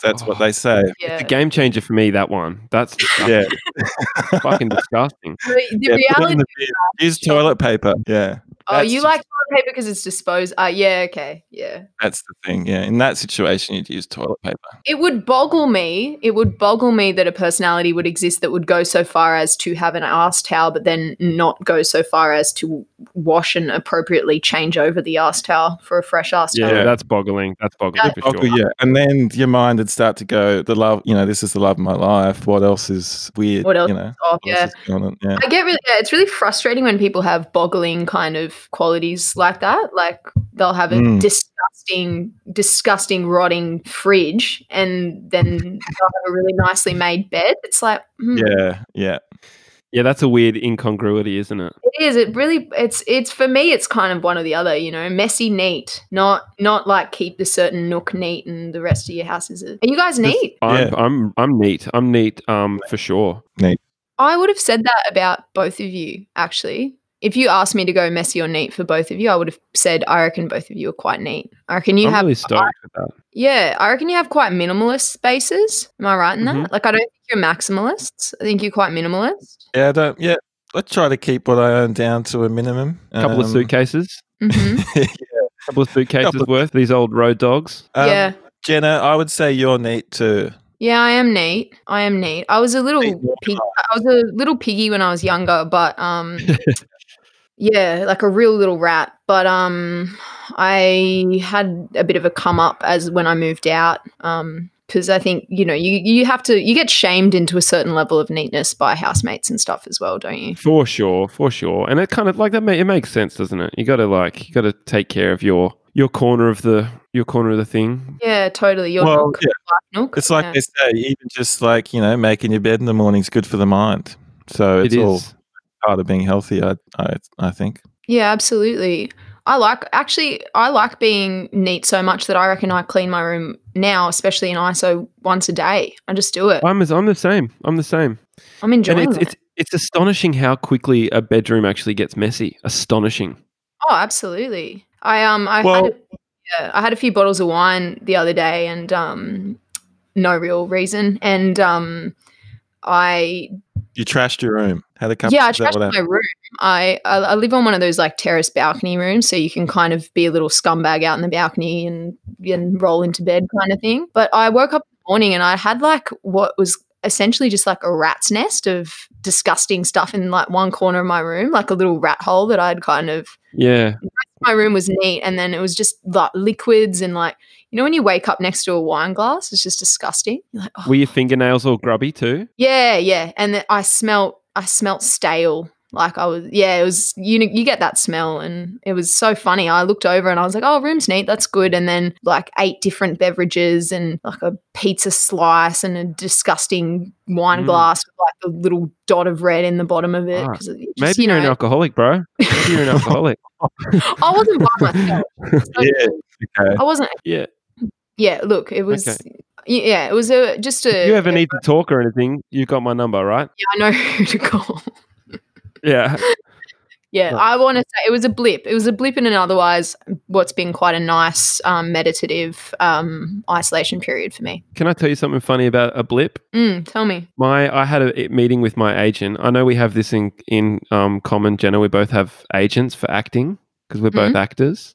Speaker 2: That's what
Speaker 3: Oh.
Speaker 2: they say.
Speaker 4: Yeah.
Speaker 3: The game changer for me. That one. That's
Speaker 2: Yeah.
Speaker 3: fucking disgusting.
Speaker 4: The, the
Speaker 2: Yeah, put it
Speaker 4: reality
Speaker 2: in the bin. Use
Speaker 4: Sure.
Speaker 2: toilet paper. Yeah,
Speaker 4: Oh,
Speaker 2: that's
Speaker 4: you
Speaker 2: just-
Speaker 4: like toilet paper because it's disposed. Uh, yeah, okay. Yeah.
Speaker 2: that's the thing. Yeah, in that situation, you'd use toilet paper.
Speaker 4: It would boggle me. It would boggle me that a personality would exist that would go so far as to have an ass towel, but then not go so far as to wash and appropriately change over the ass towel for a fresh ass
Speaker 3: Yeah,
Speaker 4: towel.
Speaker 3: that's boggling. That's boggling
Speaker 4: Yeah.
Speaker 3: for sure.
Speaker 2: Oh, yeah, and then your mind would start to go, the love, you know, this is the love of my life. What else is weird?
Speaker 4: What else
Speaker 2: You know,
Speaker 4: Oh,
Speaker 2: what else
Speaker 4: yeah.
Speaker 2: is going on? Yeah.
Speaker 4: I get really, yeah, it's really frustrating when people have boggling kind of qualities like that. Like they'll have a
Speaker 2: Mm.
Speaker 4: disgusting, disgusting, rotting fridge, and then they'll have a really nicely made bed. It's like, hmm,
Speaker 2: Yeah, yeah.
Speaker 3: Yeah, that's a weird incongruity, isn't it?
Speaker 4: it is. It really, it's, it's for me, it's kind of one or the other. You know, messy, neat, not, not like keep the certain nook neat, and the rest of your house is. A, are you guys
Speaker 3: 'Cause
Speaker 4: neat?
Speaker 3: I'm,
Speaker 2: Yeah.
Speaker 3: I'm, I'm neat. I'm neat. Um, for sure.
Speaker 4: I would have said that about both of you, actually. If you asked me to go messy or neat for both of you, I would have said I reckon both of you are quite neat. I reckon you
Speaker 3: I'm
Speaker 4: have
Speaker 3: really stoked with that.
Speaker 4: yeah, I reckon you have quite minimalist spaces. Am I right in that?
Speaker 3: Mm-hmm.
Speaker 4: Like I don't think you're maximalists. I think you're quite minimalist.
Speaker 2: Yeah, I don't, yeah. I try to keep what I own down to a minimum.
Speaker 3: A couple of
Speaker 2: Um,
Speaker 3: suitcases.
Speaker 4: hmm
Speaker 3: couple of
Speaker 2: Couple
Speaker 3: suitcases worth. These old road dogs.
Speaker 2: um,
Speaker 4: yeah.
Speaker 2: Jenna, I would say you're neat too.
Speaker 4: Yeah, I am neat. I am neat. I was a little
Speaker 2: Neat, you're
Speaker 4: pig- I was a little piggy when I was younger, but um yeah, like a real little rat. But um I had a bit of a come up as when I moved out. Um because I think you know you you have to you get shamed into a certain level of neatness by housemates and stuff as well, don't you?
Speaker 3: For sure, for sure. And it kind of like that. ma- It makes sense, doesn't it? You got to like, you got to take care of your your corner of the your corner of the thing.
Speaker 4: Yeah, totally. Your
Speaker 2: Well,
Speaker 4: nook,
Speaker 2: yeah.
Speaker 4: my nook,
Speaker 2: It's like
Speaker 4: yeah.
Speaker 2: they say, even just like, you know, making your bed in the morning is good for the mind. So it's
Speaker 3: It
Speaker 2: all
Speaker 3: is.
Speaker 2: part of being healthy, I, I, I think.
Speaker 4: Yeah, absolutely. I like actually I like being neat so much that I reckon I clean my room now, especially in ISO once a day. I just do it.
Speaker 3: I'm as I'm the same. I'm the same.
Speaker 4: I'm enjoying
Speaker 3: and it's,
Speaker 4: it.
Speaker 3: it's it's astonishing how quickly a bedroom actually gets messy. Astonishing.
Speaker 4: oh, absolutely. I um I
Speaker 2: Well-
Speaker 4: had a, yeah, I had a few bottles of wine the other day and um no real reason and um I
Speaker 2: You trashed your room. Had a couple.
Speaker 4: yeah, I
Speaker 2: is that
Speaker 4: trashed
Speaker 2: what
Speaker 4: my
Speaker 2: happened?
Speaker 4: room. I, I I live on one of those like terrace balcony rooms, so you can kind of be a little scumbag out in the balcony and and roll into bed kind of thing. But I woke up in the morning and I had like what was essentially just like a rat's nest of disgusting stuff in like one corner of my room, like a little rat hole that I'd kind of
Speaker 3: Yeah.
Speaker 4: my room was neat and then it was just like liquids and like you know when you wake up next to a wine glass, it's just disgusting. You're like, oh.
Speaker 3: Were your fingernails all grubby too?
Speaker 4: Yeah, yeah, and th- I smelt I smelt stale. Like I was, yeah, it was you. kn- You get that smell, and it was so funny. I looked over and I was like, "Oh, room's neat, that's good." And then like eight different beverages and like a pizza slice and a disgusting wine
Speaker 3: Mm.
Speaker 4: glass with like a little dot of red in the bottom of it.
Speaker 3: Ah,
Speaker 4: 'cause it
Speaker 3: Maybe
Speaker 4: just, you
Speaker 3: you are an
Speaker 4: know,
Speaker 3: alcoholic, bro. Maybe you're an alcoholic.
Speaker 4: I wasn't by myself. So
Speaker 2: Yeah. Okay.
Speaker 4: I wasn't.
Speaker 3: Yeah.
Speaker 4: Yeah, look, it was. y- Yeah, it was a just a.
Speaker 3: If you ever need to talk or anything, you've got my number, right?
Speaker 4: Yeah, I know who to call.
Speaker 3: Yeah.
Speaker 4: Yeah,
Speaker 3: Right.
Speaker 4: I want to say it was a blip. It was a blip in an otherwise what's been quite a nice um, meditative um, isolation period for me.
Speaker 3: Can I tell you something funny about a blip?
Speaker 4: Mm, tell me.
Speaker 3: My I had a it- meeting with my agent. I know we have this in in um, common, Jenna. We both have agents for acting because we're
Speaker 4: Mm-hmm.
Speaker 3: both actors.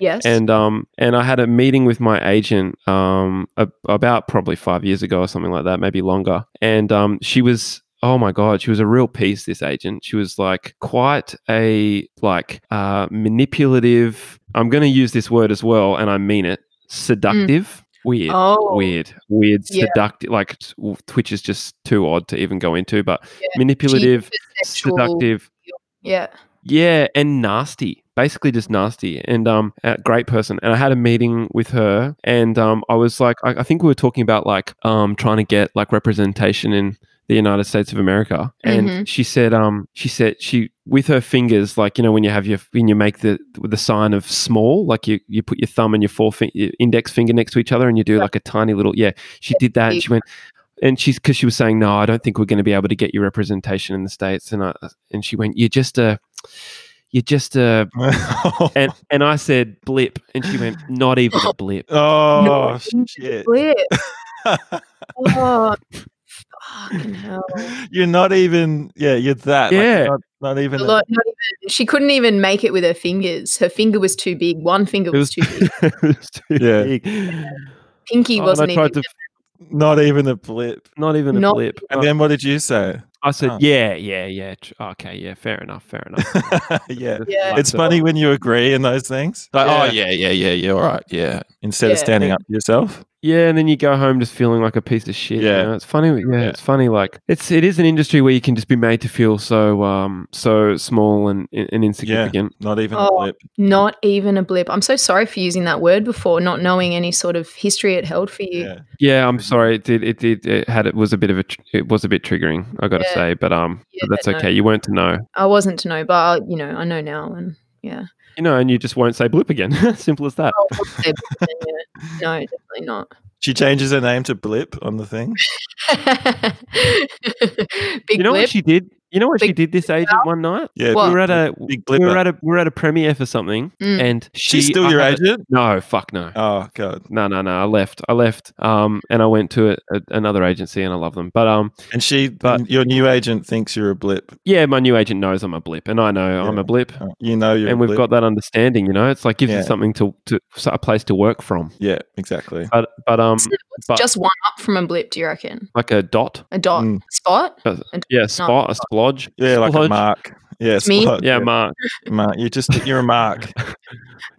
Speaker 4: Yes.
Speaker 3: And um and I had a meeting with my agent um a, about probably five years ago or something like that, maybe longer. And um she was oh my god, she was a real piece. This agent, she was like quite a like uh, manipulative. I'm going to use this word as well, and I mean it. Seductive, weird
Speaker 4: oh,
Speaker 3: weird, weird,
Speaker 4: Yeah.
Speaker 3: seductive. Like t- w- Twitch is just too odd to even go into, but manipulative,
Speaker 4: cheap, sexual-
Speaker 3: seductive,
Speaker 4: Yeah.
Speaker 3: yeah, and nasty. Basically, just nasty, and um, a great person. And I had a meeting with her, and um, I was like, I, I think we were talking about like um, trying to get like representation in the United States of America, and
Speaker 4: Mhm.
Speaker 3: she said, um, she said she with her fingers, like you know, when you have your when you make the the sign of small, like you you put your thumb and your forefinger, your index finger next to each other, and you do
Speaker 4: Yeah.
Speaker 3: like a tiny little yeah. She did that, and she went. And she's because she was saying, "No, I don't think we're going to be able to get your representation in the states." And I and she went, "You're just a, you're just a," and and I said, "Blip," and she went, "Not even a blip."
Speaker 2: oh shit!
Speaker 4: Blip. Oh, fucking hell.
Speaker 2: you're not even. Yeah, you're that. like,
Speaker 3: Yeah.
Speaker 2: not, not even. a-
Speaker 4: Not- not even- she couldn't even make it with her fingers. Her finger was too big. One finger
Speaker 3: It was
Speaker 4: was, too big.
Speaker 3: it was too
Speaker 2: Yeah.
Speaker 3: big.
Speaker 4: Pinky
Speaker 3: Oh,
Speaker 4: wasn't
Speaker 3: and I tried
Speaker 4: even.
Speaker 3: to,
Speaker 2: not even a blip.
Speaker 3: not even a
Speaker 4: Not
Speaker 3: blip.
Speaker 2: And then what did you say?
Speaker 3: I said,
Speaker 2: Oh.
Speaker 3: "Yeah, yeah, yeah. tr- Oh, Okay, yeah. Fair enough. Fair enough."
Speaker 2: yeah.
Speaker 4: Yeah.
Speaker 3: Like
Speaker 2: It's
Speaker 3: the-
Speaker 2: funny when you agree in those things. Like, oh yeah, yeah, yeah, yeah. All right, yeah. Instead of
Speaker 4: Yeah.
Speaker 2: standing up for yourself.
Speaker 3: Yeah, and then you go home just feeling like a piece of shit.
Speaker 2: Yeah.
Speaker 3: you know? it's funny. Yeah,
Speaker 2: Yeah.
Speaker 3: it's funny. Like it's it is an industry where you can just be made to feel so um so small and and insignificant.
Speaker 2: Not even
Speaker 4: Oh.
Speaker 2: a blip.
Speaker 4: Not even a blip. I'm so sorry for using that word before, not knowing any sort of history it held for you.
Speaker 2: Yeah.
Speaker 3: Yeah,
Speaker 4: Mm-hmm.
Speaker 3: I'm sorry. It did. It did. It had. It was a bit of a. tr- It was a bit triggering. I got to
Speaker 4: Yeah.
Speaker 3: say, but um,
Speaker 4: Yeah,
Speaker 3: but that's
Speaker 4: no.
Speaker 3: okay. You weren't to know.
Speaker 4: I wasn't to know, but I, you know, I know now, and yeah.
Speaker 3: You know, and you just won't say blip again. Simple as that.
Speaker 4: Oh, I wouldn't say blip again, yeah. no, definitely not.
Speaker 2: She changes her name to Blip on the thing.
Speaker 4: Big
Speaker 3: you know
Speaker 4: blip.
Speaker 3: what she did? You know what she
Speaker 4: Big
Speaker 3: did this agent one night?
Speaker 2: Yeah.
Speaker 4: What?
Speaker 3: We were at a we
Speaker 2: Big
Speaker 3: were
Speaker 2: blipper.
Speaker 3: at a we were at a premiere for something,
Speaker 4: Mm.
Speaker 3: and she,
Speaker 2: She's still
Speaker 3: I
Speaker 2: your
Speaker 3: haven't-
Speaker 2: agent?
Speaker 3: No, fuck no.
Speaker 2: Oh god.
Speaker 3: No, no, no. I left. I left. Um, and I went to a, a, another agency, and I love them. But um,
Speaker 2: And she
Speaker 3: But-
Speaker 2: your new agent thinks you're a blip.
Speaker 3: yeah, my new agent knows I'm a blip, and I know I'm
Speaker 2: Yeah.
Speaker 3: a blip,
Speaker 2: You know you're a
Speaker 3: and we've
Speaker 2: blip.
Speaker 3: got that understanding. You know, it's like gives
Speaker 2: Yeah.
Speaker 3: you something to to so- a place to work from.
Speaker 2: Yeah, exactly.
Speaker 3: But but um,
Speaker 4: It's
Speaker 3: but
Speaker 4: just one up from a blip. Do you reckon?
Speaker 3: like a dot,
Speaker 4: A dot
Speaker 2: Mm.
Speaker 4: spot?
Speaker 3: yeah, a spot, a splodge,
Speaker 2: Yeah, like a
Speaker 3: splodge.
Speaker 2: mark. Yeah,
Speaker 4: It's me.
Speaker 2: spot.
Speaker 3: Yeah, mark.
Speaker 2: mark. You just you're a mark.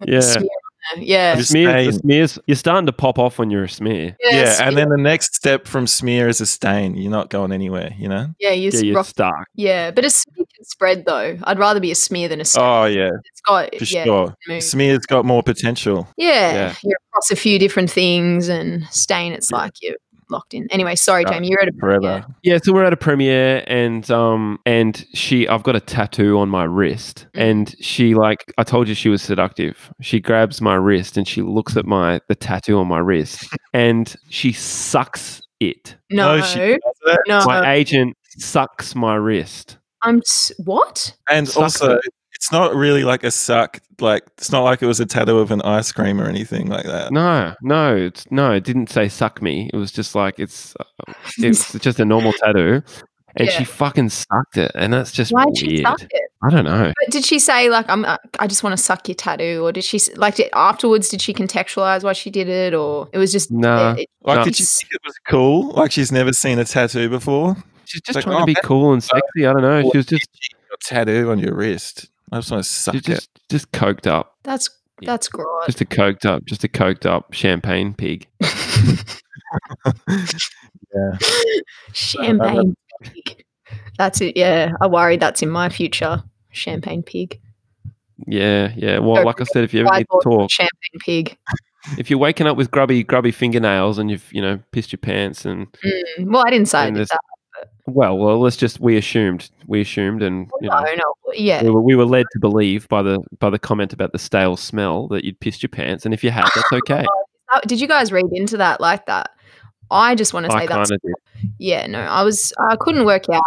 Speaker 3: Yeah,
Speaker 4: Smear on there. Yeah.
Speaker 3: The
Speaker 2: Just
Speaker 3: smears, the
Speaker 2: stain.
Speaker 3: smears. You're starting to pop off when you're a smear.
Speaker 4: Yeah.
Speaker 2: yeah,
Speaker 4: smear.
Speaker 2: and then the next step from smear is a stain. You're not going anywhere, you know?
Speaker 4: yeah, you
Speaker 3: Yeah, you're
Speaker 4: rock-
Speaker 3: stuck.
Speaker 4: yeah, but a smear can spread though. I'd rather be a smear than a stain.
Speaker 2: Oh yeah,
Speaker 4: it's got
Speaker 2: for
Speaker 4: yeah,
Speaker 2: sure.
Speaker 4: move.
Speaker 2: Smear's got more potential.
Speaker 4: yeah,
Speaker 3: Yeah.
Speaker 4: You're across a few different things and stain. It's
Speaker 2: Yeah.
Speaker 4: like you locked in. Anyway, sorry,
Speaker 2: Uh,
Speaker 4: Jamie, you're at a
Speaker 2: forever.
Speaker 3: Yeah, so we're at a premiere and um and she I've got a tattoo on my wrist
Speaker 4: Mm.
Speaker 3: and she like I told you she was seductive. She grabs my wrist and she looks at my the tattoo on my wrist and she sucks it.
Speaker 4: No,
Speaker 2: No, she- does it?
Speaker 4: no,
Speaker 3: My agent sucks my wrist.
Speaker 4: I'm s- what?
Speaker 2: And
Speaker 3: Sucks
Speaker 2: also,
Speaker 3: it.
Speaker 2: it's not really like a suck. Like it's not like it was a tattoo of an ice cream or anything like
Speaker 4: Uh.
Speaker 2: that.
Speaker 3: No, no, it's no, it didn't say suck me. It was just like it's it's just a normal tattoo. And
Speaker 4: Yeah.
Speaker 3: she fucking sucked it. And that's just
Speaker 4: Why'd she
Speaker 3: weird.
Speaker 4: suck it?
Speaker 3: I don't know.
Speaker 4: But did she say like I'm? Uh, I just want to suck your tattoo, or did she s- like did, afterwards? Did she contextualize why she did it, or it was just
Speaker 3: Nah.
Speaker 4: it-
Speaker 2: Like,
Speaker 3: No.
Speaker 2: did she think it was cool? Like she's never seen a tattoo before.
Speaker 3: She's just
Speaker 2: Like,
Speaker 3: trying
Speaker 2: oh,
Speaker 3: to be
Speaker 2: man.
Speaker 3: cool and sexy. I don't know. She was just
Speaker 2: Your tattoo on your wrist. I just want to suck
Speaker 3: Ju-
Speaker 2: it.
Speaker 3: just just coked up.
Speaker 4: that's
Speaker 3: Yeah.
Speaker 4: that's gross.
Speaker 3: Just a coked up, just a coked up champagne pig.
Speaker 4: Champagne pig. That's it. Yeah, I worry that's in my future. Champagne pig.
Speaker 3: Yeah, yeah. Well,
Speaker 4: Go
Speaker 3: like I said, if you ever
Speaker 4: I
Speaker 3: need to
Speaker 4: bought
Speaker 3: talk,
Speaker 4: champagne pig.
Speaker 3: if you're waking up with grubby, grubby fingernails and you've, you know, pissed your pants and
Speaker 4: Mm, Well, I didn't say I
Speaker 3: And
Speaker 4: did
Speaker 3: this-
Speaker 4: that.
Speaker 3: well, well, let's just we assumed, we assumed, and you know,
Speaker 4: No, no. Yeah,
Speaker 3: we were, we were led to believe by the by the comment about the stale smell that you'd pissed your pants, and if you had, that's okay.
Speaker 4: Oh, did you guys read into that like that? I just want to
Speaker 3: I
Speaker 4: say
Speaker 3: kind
Speaker 4: that's
Speaker 3: of did.
Speaker 4: yeah. No, I was I couldn't work out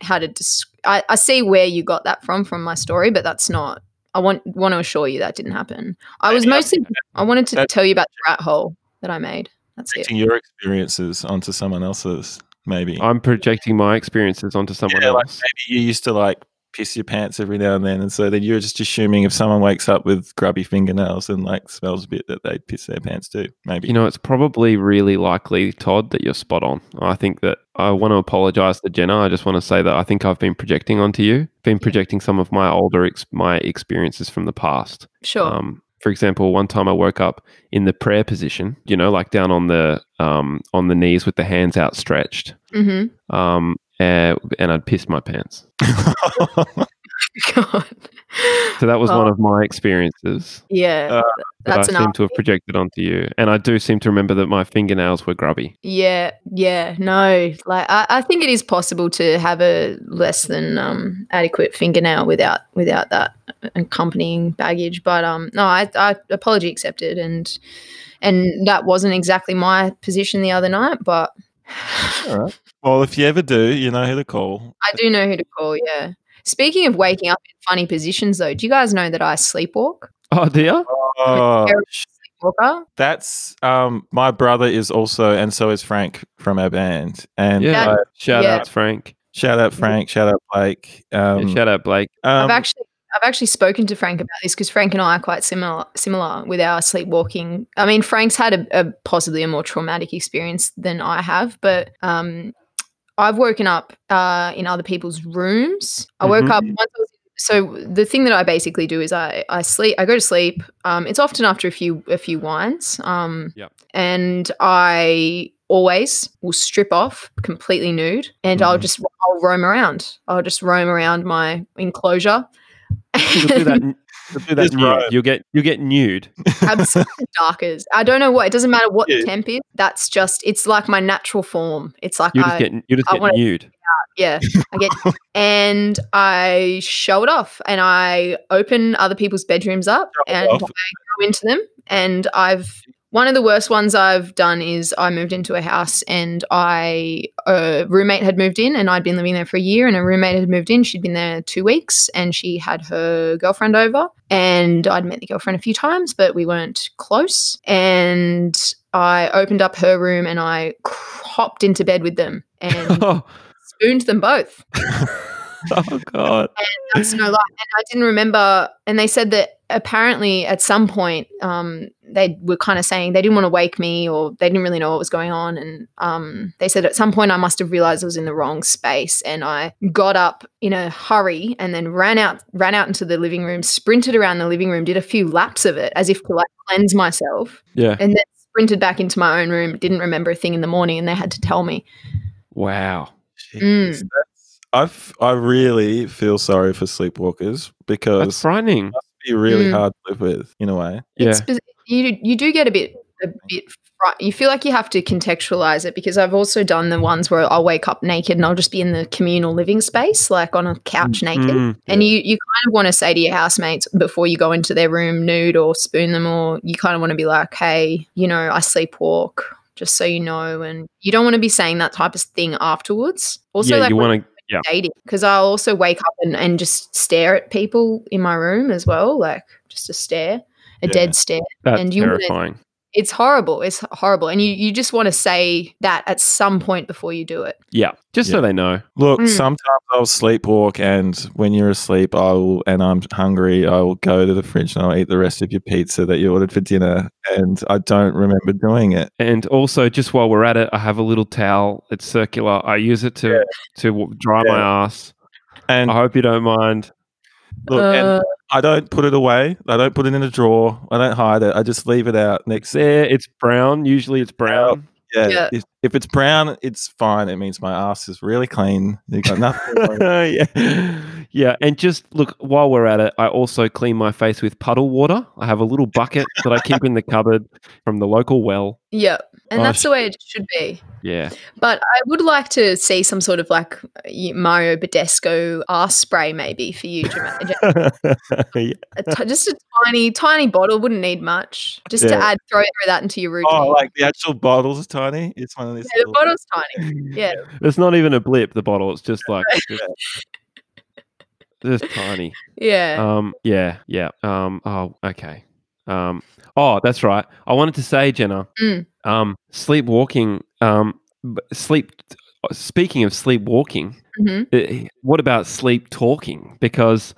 Speaker 4: how to. Dis- I, I see where you got that from from my story, but that's not. I want want to assure you that didn't happen. I was
Speaker 2: Yeah.
Speaker 4: mostly I wanted to
Speaker 2: That's-
Speaker 4: tell you about the rat hole that I made. That's it.
Speaker 2: Projecting your experiences onto someone else's, maybe.
Speaker 3: I'm projecting my experiences onto someone
Speaker 2: Yeah, like
Speaker 3: else.
Speaker 2: maybe you used to like piss your pants every now and then, and so then you're just assuming if someone wakes up with grubby fingernails and like smells a bit that they'd piss their pants too. Maybe
Speaker 3: You know, it's probably really likely, Todd, that you're spot on. I think that I want to apologize to Jenna. I just want to say that I think I've been projecting onto you, been projecting some of my older ex- my experiences from the past.
Speaker 4: Sure.
Speaker 3: Um, for example, one time I woke up in the prayer position, you know, like down on the um, on the knees with the hands outstretched,
Speaker 4: hmm
Speaker 3: um, and, and I'd pissed my pants.
Speaker 4: God.
Speaker 3: So that was
Speaker 4: Oh.
Speaker 3: one of my experiences
Speaker 4: Yeah.
Speaker 2: Uh,
Speaker 3: that
Speaker 4: that's
Speaker 3: I
Speaker 4: an
Speaker 3: seem to have projected onto you, and I do seem to remember that my fingernails were grubby.
Speaker 4: Yeah, yeah, no. Like I, I think it is possible to have a less than um, adequate fingernail without without that accompanying baggage. But um, no, I, I apology accepted, and and that wasn't exactly my position the other night. But
Speaker 2: All right. Well, if you ever do, you know who to call.
Speaker 4: I do know who to call. Yeah. Speaking of waking up in funny positions, though, do you guys know that I sleepwalk?
Speaker 3: Oh dear.
Speaker 2: Oh,
Speaker 4: Eric Walker?
Speaker 2: that's um, my brother is also, and so is Frank from our band. And
Speaker 3: yeah.
Speaker 2: like,
Speaker 3: shout
Speaker 4: Yeah.
Speaker 3: outs, Frank.
Speaker 2: shout out Frank, shout out Blake.
Speaker 3: Yeah,
Speaker 2: Um,
Speaker 3: shout out, Blake.
Speaker 2: um,
Speaker 4: I've actually I've actually spoken to Frank about this because Frank and I are quite similar similar with our sleepwalking. I mean, Frank's had a, a possibly a more traumatic experience than I have, but um, I've woken up uh, in other people's rooms. I woke up once. I was, so the thing that I basically do is I I sleep. I go to sleep. Um, it's often after a few a few wines. Um,
Speaker 3: Yep.
Speaker 4: And I always will strip off completely nude, and I'll
Speaker 3: Mm-hmm.
Speaker 2: Mhm.
Speaker 4: just I'll roam around. I'll just roam around my enclosure.
Speaker 3: You'll do that. You'll do that
Speaker 2: Just
Speaker 3: nude.
Speaker 2: right.
Speaker 3: You'll get you get nude.
Speaker 4: absolutely darkers. I don't know what. It doesn't matter what
Speaker 2: Yeah.
Speaker 4: the temp is. That's just. It's like my natural form. It's like
Speaker 3: You
Speaker 4: I,
Speaker 3: just get you just
Speaker 4: I
Speaker 3: get
Speaker 4: wanna-
Speaker 3: nude.
Speaker 4: yeah. I get and I show it off, and I open other people's bedrooms up,
Speaker 2: Show it
Speaker 4: and
Speaker 2: off.
Speaker 4: I go into them, and I've. One of the worst ones I've done is I moved into a house and I a roommate had moved in and I'd been living there for a year and a roommate had moved in she'd been there 2 weeks and she had her girlfriend over and I'd met the girlfriend a few times but we weren't close and I opened up her room and I hopped into bed with them and
Speaker 3: Oh,
Speaker 4: spooned them both.
Speaker 3: oh god.
Speaker 4: That's no lie. And I didn't remember. And they said that apparently at some point um, they were kind of saying they didn't want to wake me or they didn't really know what was going on. And um, they said at some point I must have realized I was in the wrong space. And I got up in a hurry and then ran out, ran out into the living room, sprinted around the living room, did a few laps of it as if to like cleanse myself,
Speaker 3: Yeah.
Speaker 4: and then sprinted back into my own room. Didn't remember a thing in the morning, and they had to tell me.
Speaker 3: Wow.
Speaker 4: mm.
Speaker 2: Jeez, that's- I've I really feel sorry for sleepwalkers because
Speaker 3: That's frightening.
Speaker 2: be really
Speaker 4: Mm.
Speaker 2: hard to live with in a way.
Speaker 3: Yeah.
Speaker 4: It's, biz- you you do get a bit a bit fri- you feel like you have to contextualize it because I've also done the ones where I'll wake up naked and I'll just be in the communal living space, like on a couch naked.
Speaker 3: Mm,
Speaker 4: And you, you kind of want to say to your housemates before you go into their room nude or spoon them, or you kind of want to be like, hey, you know, I sleepwalk, just so you know. And you don't want to be saying that type of thing afterwards. Also,
Speaker 3: yeah,
Speaker 4: like
Speaker 3: you
Speaker 4: when
Speaker 3: want to.
Speaker 4: dating because I'll also wake up and, and just stare at people in my room as well, like just a stare, a
Speaker 2: Yeah.
Speaker 4: dead stare.
Speaker 3: That's
Speaker 4: and you wanna-
Speaker 3: terrifying.
Speaker 4: It's horrible. It's horrible. And you, you just want to say that at some point before you do it.
Speaker 3: Yeah, just so
Speaker 2: Yeah.
Speaker 3: they know.
Speaker 2: Look,
Speaker 4: Mm.
Speaker 2: sometimes I'll sleepwalk, and when you're asleep, I will, and I'm hungry, I will go to the fridge and I'll eat the rest of your pizza that you ordered for dinner, and I don't remember doing it.
Speaker 3: And also, just while we're at it, I have a little towel. It's circular. I use it to to w- dry my ass.
Speaker 2: And
Speaker 3: I hope you don't mind.
Speaker 2: look, and
Speaker 4: Uh,
Speaker 2: I don't put it away. I don't put it in a drawer. I don't hide it. I just leave it out next. Yeah,
Speaker 3: There, it's brown. Usually, it's brown.
Speaker 4: Yeah.
Speaker 2: If, if it's brown, it's fine. It means my ass is really clean. You got nothing. on it.
Speaker 3: yeah, yeah. And just look, while we're at it, I also clean my face with puddle water. I have a little bucket that I keep in the cupboard from the local well.
Speaker 4: yeah. And
Speaker 2: Oh,
Speaker 4: that's the way it should be.
Speaker 3: Yeah,
Speaker 4: But I would like to see some sort of like y- Mario Badesco ass spray maybe for you, Jama- Ja-
Speaker 2: Yeah.
Speaker 4: a t- just a tiny, tiny bottle. Wouldn't need much. Just to
Speaker 2: Yeah.
Speaker 4: add, throw, throw that into your routine.
Speaker 2: Oh, like the actual bottles are tiny. It's one of these.
Speaker 4: yeah, the
Speaker 2: little-
Speaker 4: bottle's tiny. Yeah.
Speaker 3: it's not even a blip. The bottle. It's just like just, just tiny.
Speaker 4: Yeah.
Speaker 2: Uh.
Speaker 3: Um, yeah, yeah. Um, oh, okay. Um, oh, that's right. I wanted to say, Jenna.
Speaker 4: Mm.
Speaker 3: Um, sleepwalking. Um, b- sleep. Speaking of sleepwalking,
Speaker 4: hmm
Speaker 3: eh, what about sleep talking? Because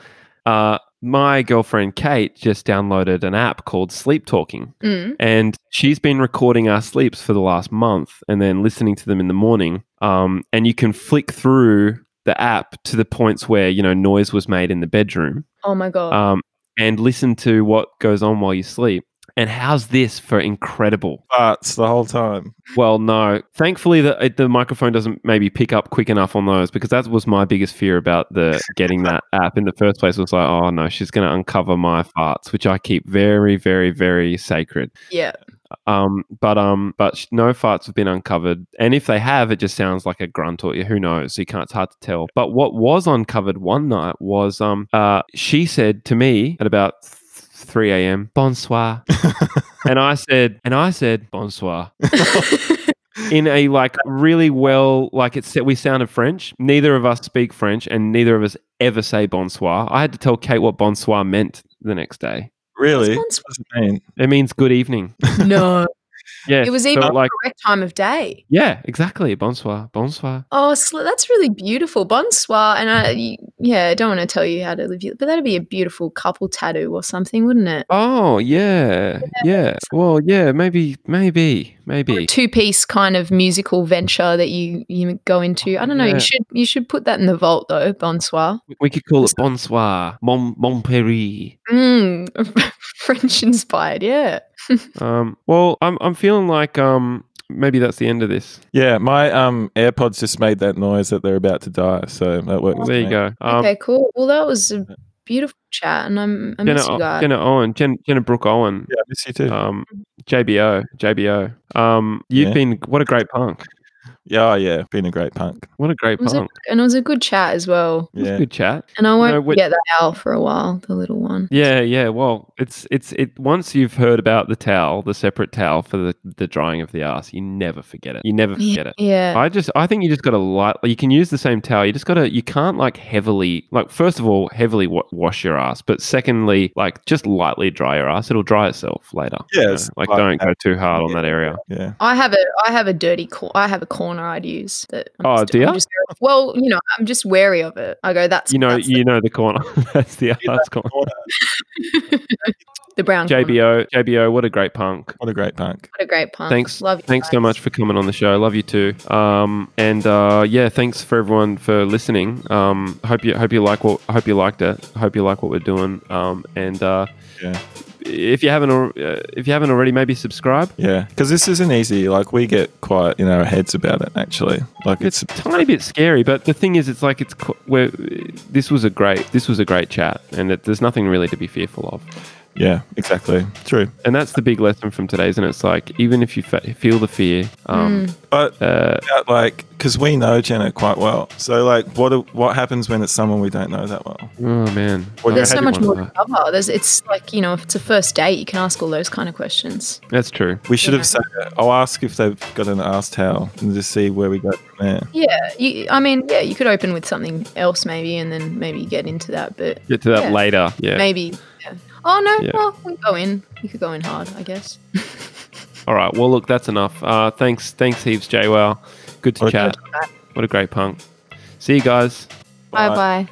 Speaker 3: uh, my girlfriend Kate just downloaded an app called Sleep Talking,
Speaker 4: mm
Speaker 3: and she's been recording our sleeps for the last month, and then listening to them in the morning. Um, and you can flick through the app to the points where you know noise was made in the bedroom
Speaker 4: Oh my god.
Speaker 2: Uh.
Speaker 3: um, and listen to what goes on while you sleep. And how's this for incredible?
Speaker 2: Farts the whole time.
Speaker 3: Well, no. Thankfully, the it- the microphone doesn't maybe pick up quick enough on those because that was my biggest fear about the getting that app in the first place. Was like, oh no, she's going to uncover my farts, which I keep very, very, very sacred.
Speaker 4: yeah.
Speaker 3: Um, but um, but sh- no farts have been uncovered, and if they have, it just sounds like a grunt or who knows. You can't. It's hard to tell. But what was uncovered one night was um, uh, she said to me at about. 3 a.m. Bonsoir, and I said, and I said bonsoir in a like really well, like it's we sounded French. Neither of us speak French, and neither of us ever say bonsoir. I had to tell Kate what bonsoir meant the next day.
Speaker 2: Really?
Speaker 4: Sounds-
Speaker 2: What's it mean?
Speaker 3: It means good evening.
Speaker 4: no.
Speaker 3: Yeah,
Speaker 4: It was
Speaker 3: so,
Speaker 4: even
Speaker 3: like
Speaker 4: the correct time of day.
Speaker 3: yeah, exactly. Bonsoir, bonsoir.
Speaker 4: Oh, sl- that's really beautiful. Bonsoir. And I, y- yeah, I don't want to tell you how to live, your- but that'd be a beautiful couple tattoo or something, wouldn't it?
Speaker 3: Oh yeah, yeah. Well, yeah, maybe, maybe,
Speaker 4: Or a
Speaker 3: maybe.
Speaker 4: two piece kind of musical venture that you, you go into. I don't know.
Speaker 3: Yeah.
Speaker 4: You should you should put that in the vault though, bonsoir.
Speaker 3: We- We could call it bonsoir, mon Montpellier.
Speaker 4: Mm, French inspired, yeah.
Speaker 3: Um, well, I'm I'm feeling like um maybe that's the end of this.
Speaker 2: Yeah, my um AirPods just made that noise that they're about to die, so that worked. with
Speaker 3: There you
Speaker 2: me.
Speaker 3: go. Um,
Speaker 4: okay, cool. Well, that was a beautiful chat, and I'm I
Speaker 3: Jenna,
Speaker 4: miss you guys.
Speaker 3: Jenna Owen, Jen, Jenna Brooke Owen.
Speaker 2: Yeah, I miss you too.
Speaker 3: Um, JBO, JBO. Um, you've
Speaker 2: Yeah.
Speaker 3: been what a great punk.
Speaker 2: yeah, oh, yeah, been a great punk.
Speaker 3: What a great
Speaker 4: It was a-
Speaker 3: punk.
Speaker 4: and it was a good chat as well.
Speaker 3: It was
Speaker 2: Yeah.
Speaker 3: a good chat.
Speaker 4: And I won't
Speaker 3: know, what-
Speaker 4: get that owl for a while, the little one.
Speaker 3: Yeah, yeah. Well, it's it's it. Once you've heard about the towel, the separate towel for the the drying of the ass, you never forget it. You never
Speaker 4: Yeah.
Speaker 3: forget it.
Speaker 4: Yeah.
Speaker 3: I just I think you just got to light. You can use the same towel. You just got to. You can't like heavily like first of all heavily wa- wash your ass, but secondly like just lightly dry your ass. It'll dry itself later.
Speaker 2: Yeah,
Speaker 3: you know?
Speaker 2: it's
Speaker 3: like
Speaker 2: like-
Speaker 3: don't go too hard on that area.
Speaker 2: Yeah.
Speaker 4: I have a I have a dirty cor- I have a corner I'd use that. I'm
Speaker 3: Oh,
Speaker 4: just,
Speaker 3: do
Speaker 4: I'm
Speaker 3: ya?
Speaker 4: just- well, you know, I'm just wary of it. I go, that's
Speaker 3: You know,
Speaker 4: that's
Speaker 3: you know the corner. That's the
Speaker 2: Yeah,
Speaker 3: ass corner.
Speaker 4: the brown corner.
Speaker 3: JBO, JBO, what a great punk.
Speaker 2: What a great punk.
Speaker 4: What a great pun.
Speaker 3: Thanks.
Speaker 4: Love you.
Speaker 3: Thanks so
Speaker 4: guys.
Speaker 3: much for coming on the show. Love you too. Um, and uh, yeah, thanks for everyone for listening. Um, hope you hope you like what hope you liked it. Hope you like what we're doing. Um, and uh,
Speaker 2: Yeah.
Speaker 3: if you haven't al- uh, if you haven't already, maybe subscribe.
Speaker 2: Yeah. Because this isn't easy. Like we get quite in our heads about it actually. Like
Speaker 3: It's
Speaker 2: it's
Speaker 3: a tiny bit scary, but the thing is, it's like it's qu- we're, this was a great this was a great chat, and it, there's nothing really to be fearful of.
Speaker 2: Yeah, exactly. True.
Speaker 3: And that's the big lesson from today, isn't it? It's like even if you fe- feel the fear, um,
Speaker 2: But
Speaker 3: uh,
Speaker 2: about, like, because we know Jenna quite well. So, like, what what happens when it's someone we don't know that well?
Speaker 3: oh man,
Speaker 2: Well,
Speaker 3: I
Speaker 4: There's so
Speaker 3: had
Speaker 4: much
Speaker 3: one of
Speaker 4: more
Speaker 3: that.
Speaker 4: to cover. There's, it's like, you know, if it's a first date, you can ask all those kind of questions.
Speaker 3: That's true.
Speaker 2: We should
Speaker 4: Yeah.
Speaker 2: have said, I'll ask if they've got an ass towel and just see where we go from there.
Speaker 4: Yeah. You, I mean, yeah, you could open with something else maybe and then maybe get into that, but
Speaker 3: Get to that
Speaker 4: Yeah.
Speaker 3: later. Yeah.
Speaker 4: maybe. Yeah. Oh, no.
Speaker 3: Yeah.
Speaker 4: Well, we go in. You could go in hard, I guess.
Speaker 3: All right. Well, look, that's enough. Uh, thanks, thanks, heaps, J. Well, good to
Speaker 2: Okay.
Speaker 3: chat. What a great punk. See you guys.
Speaker 4: Bye bye.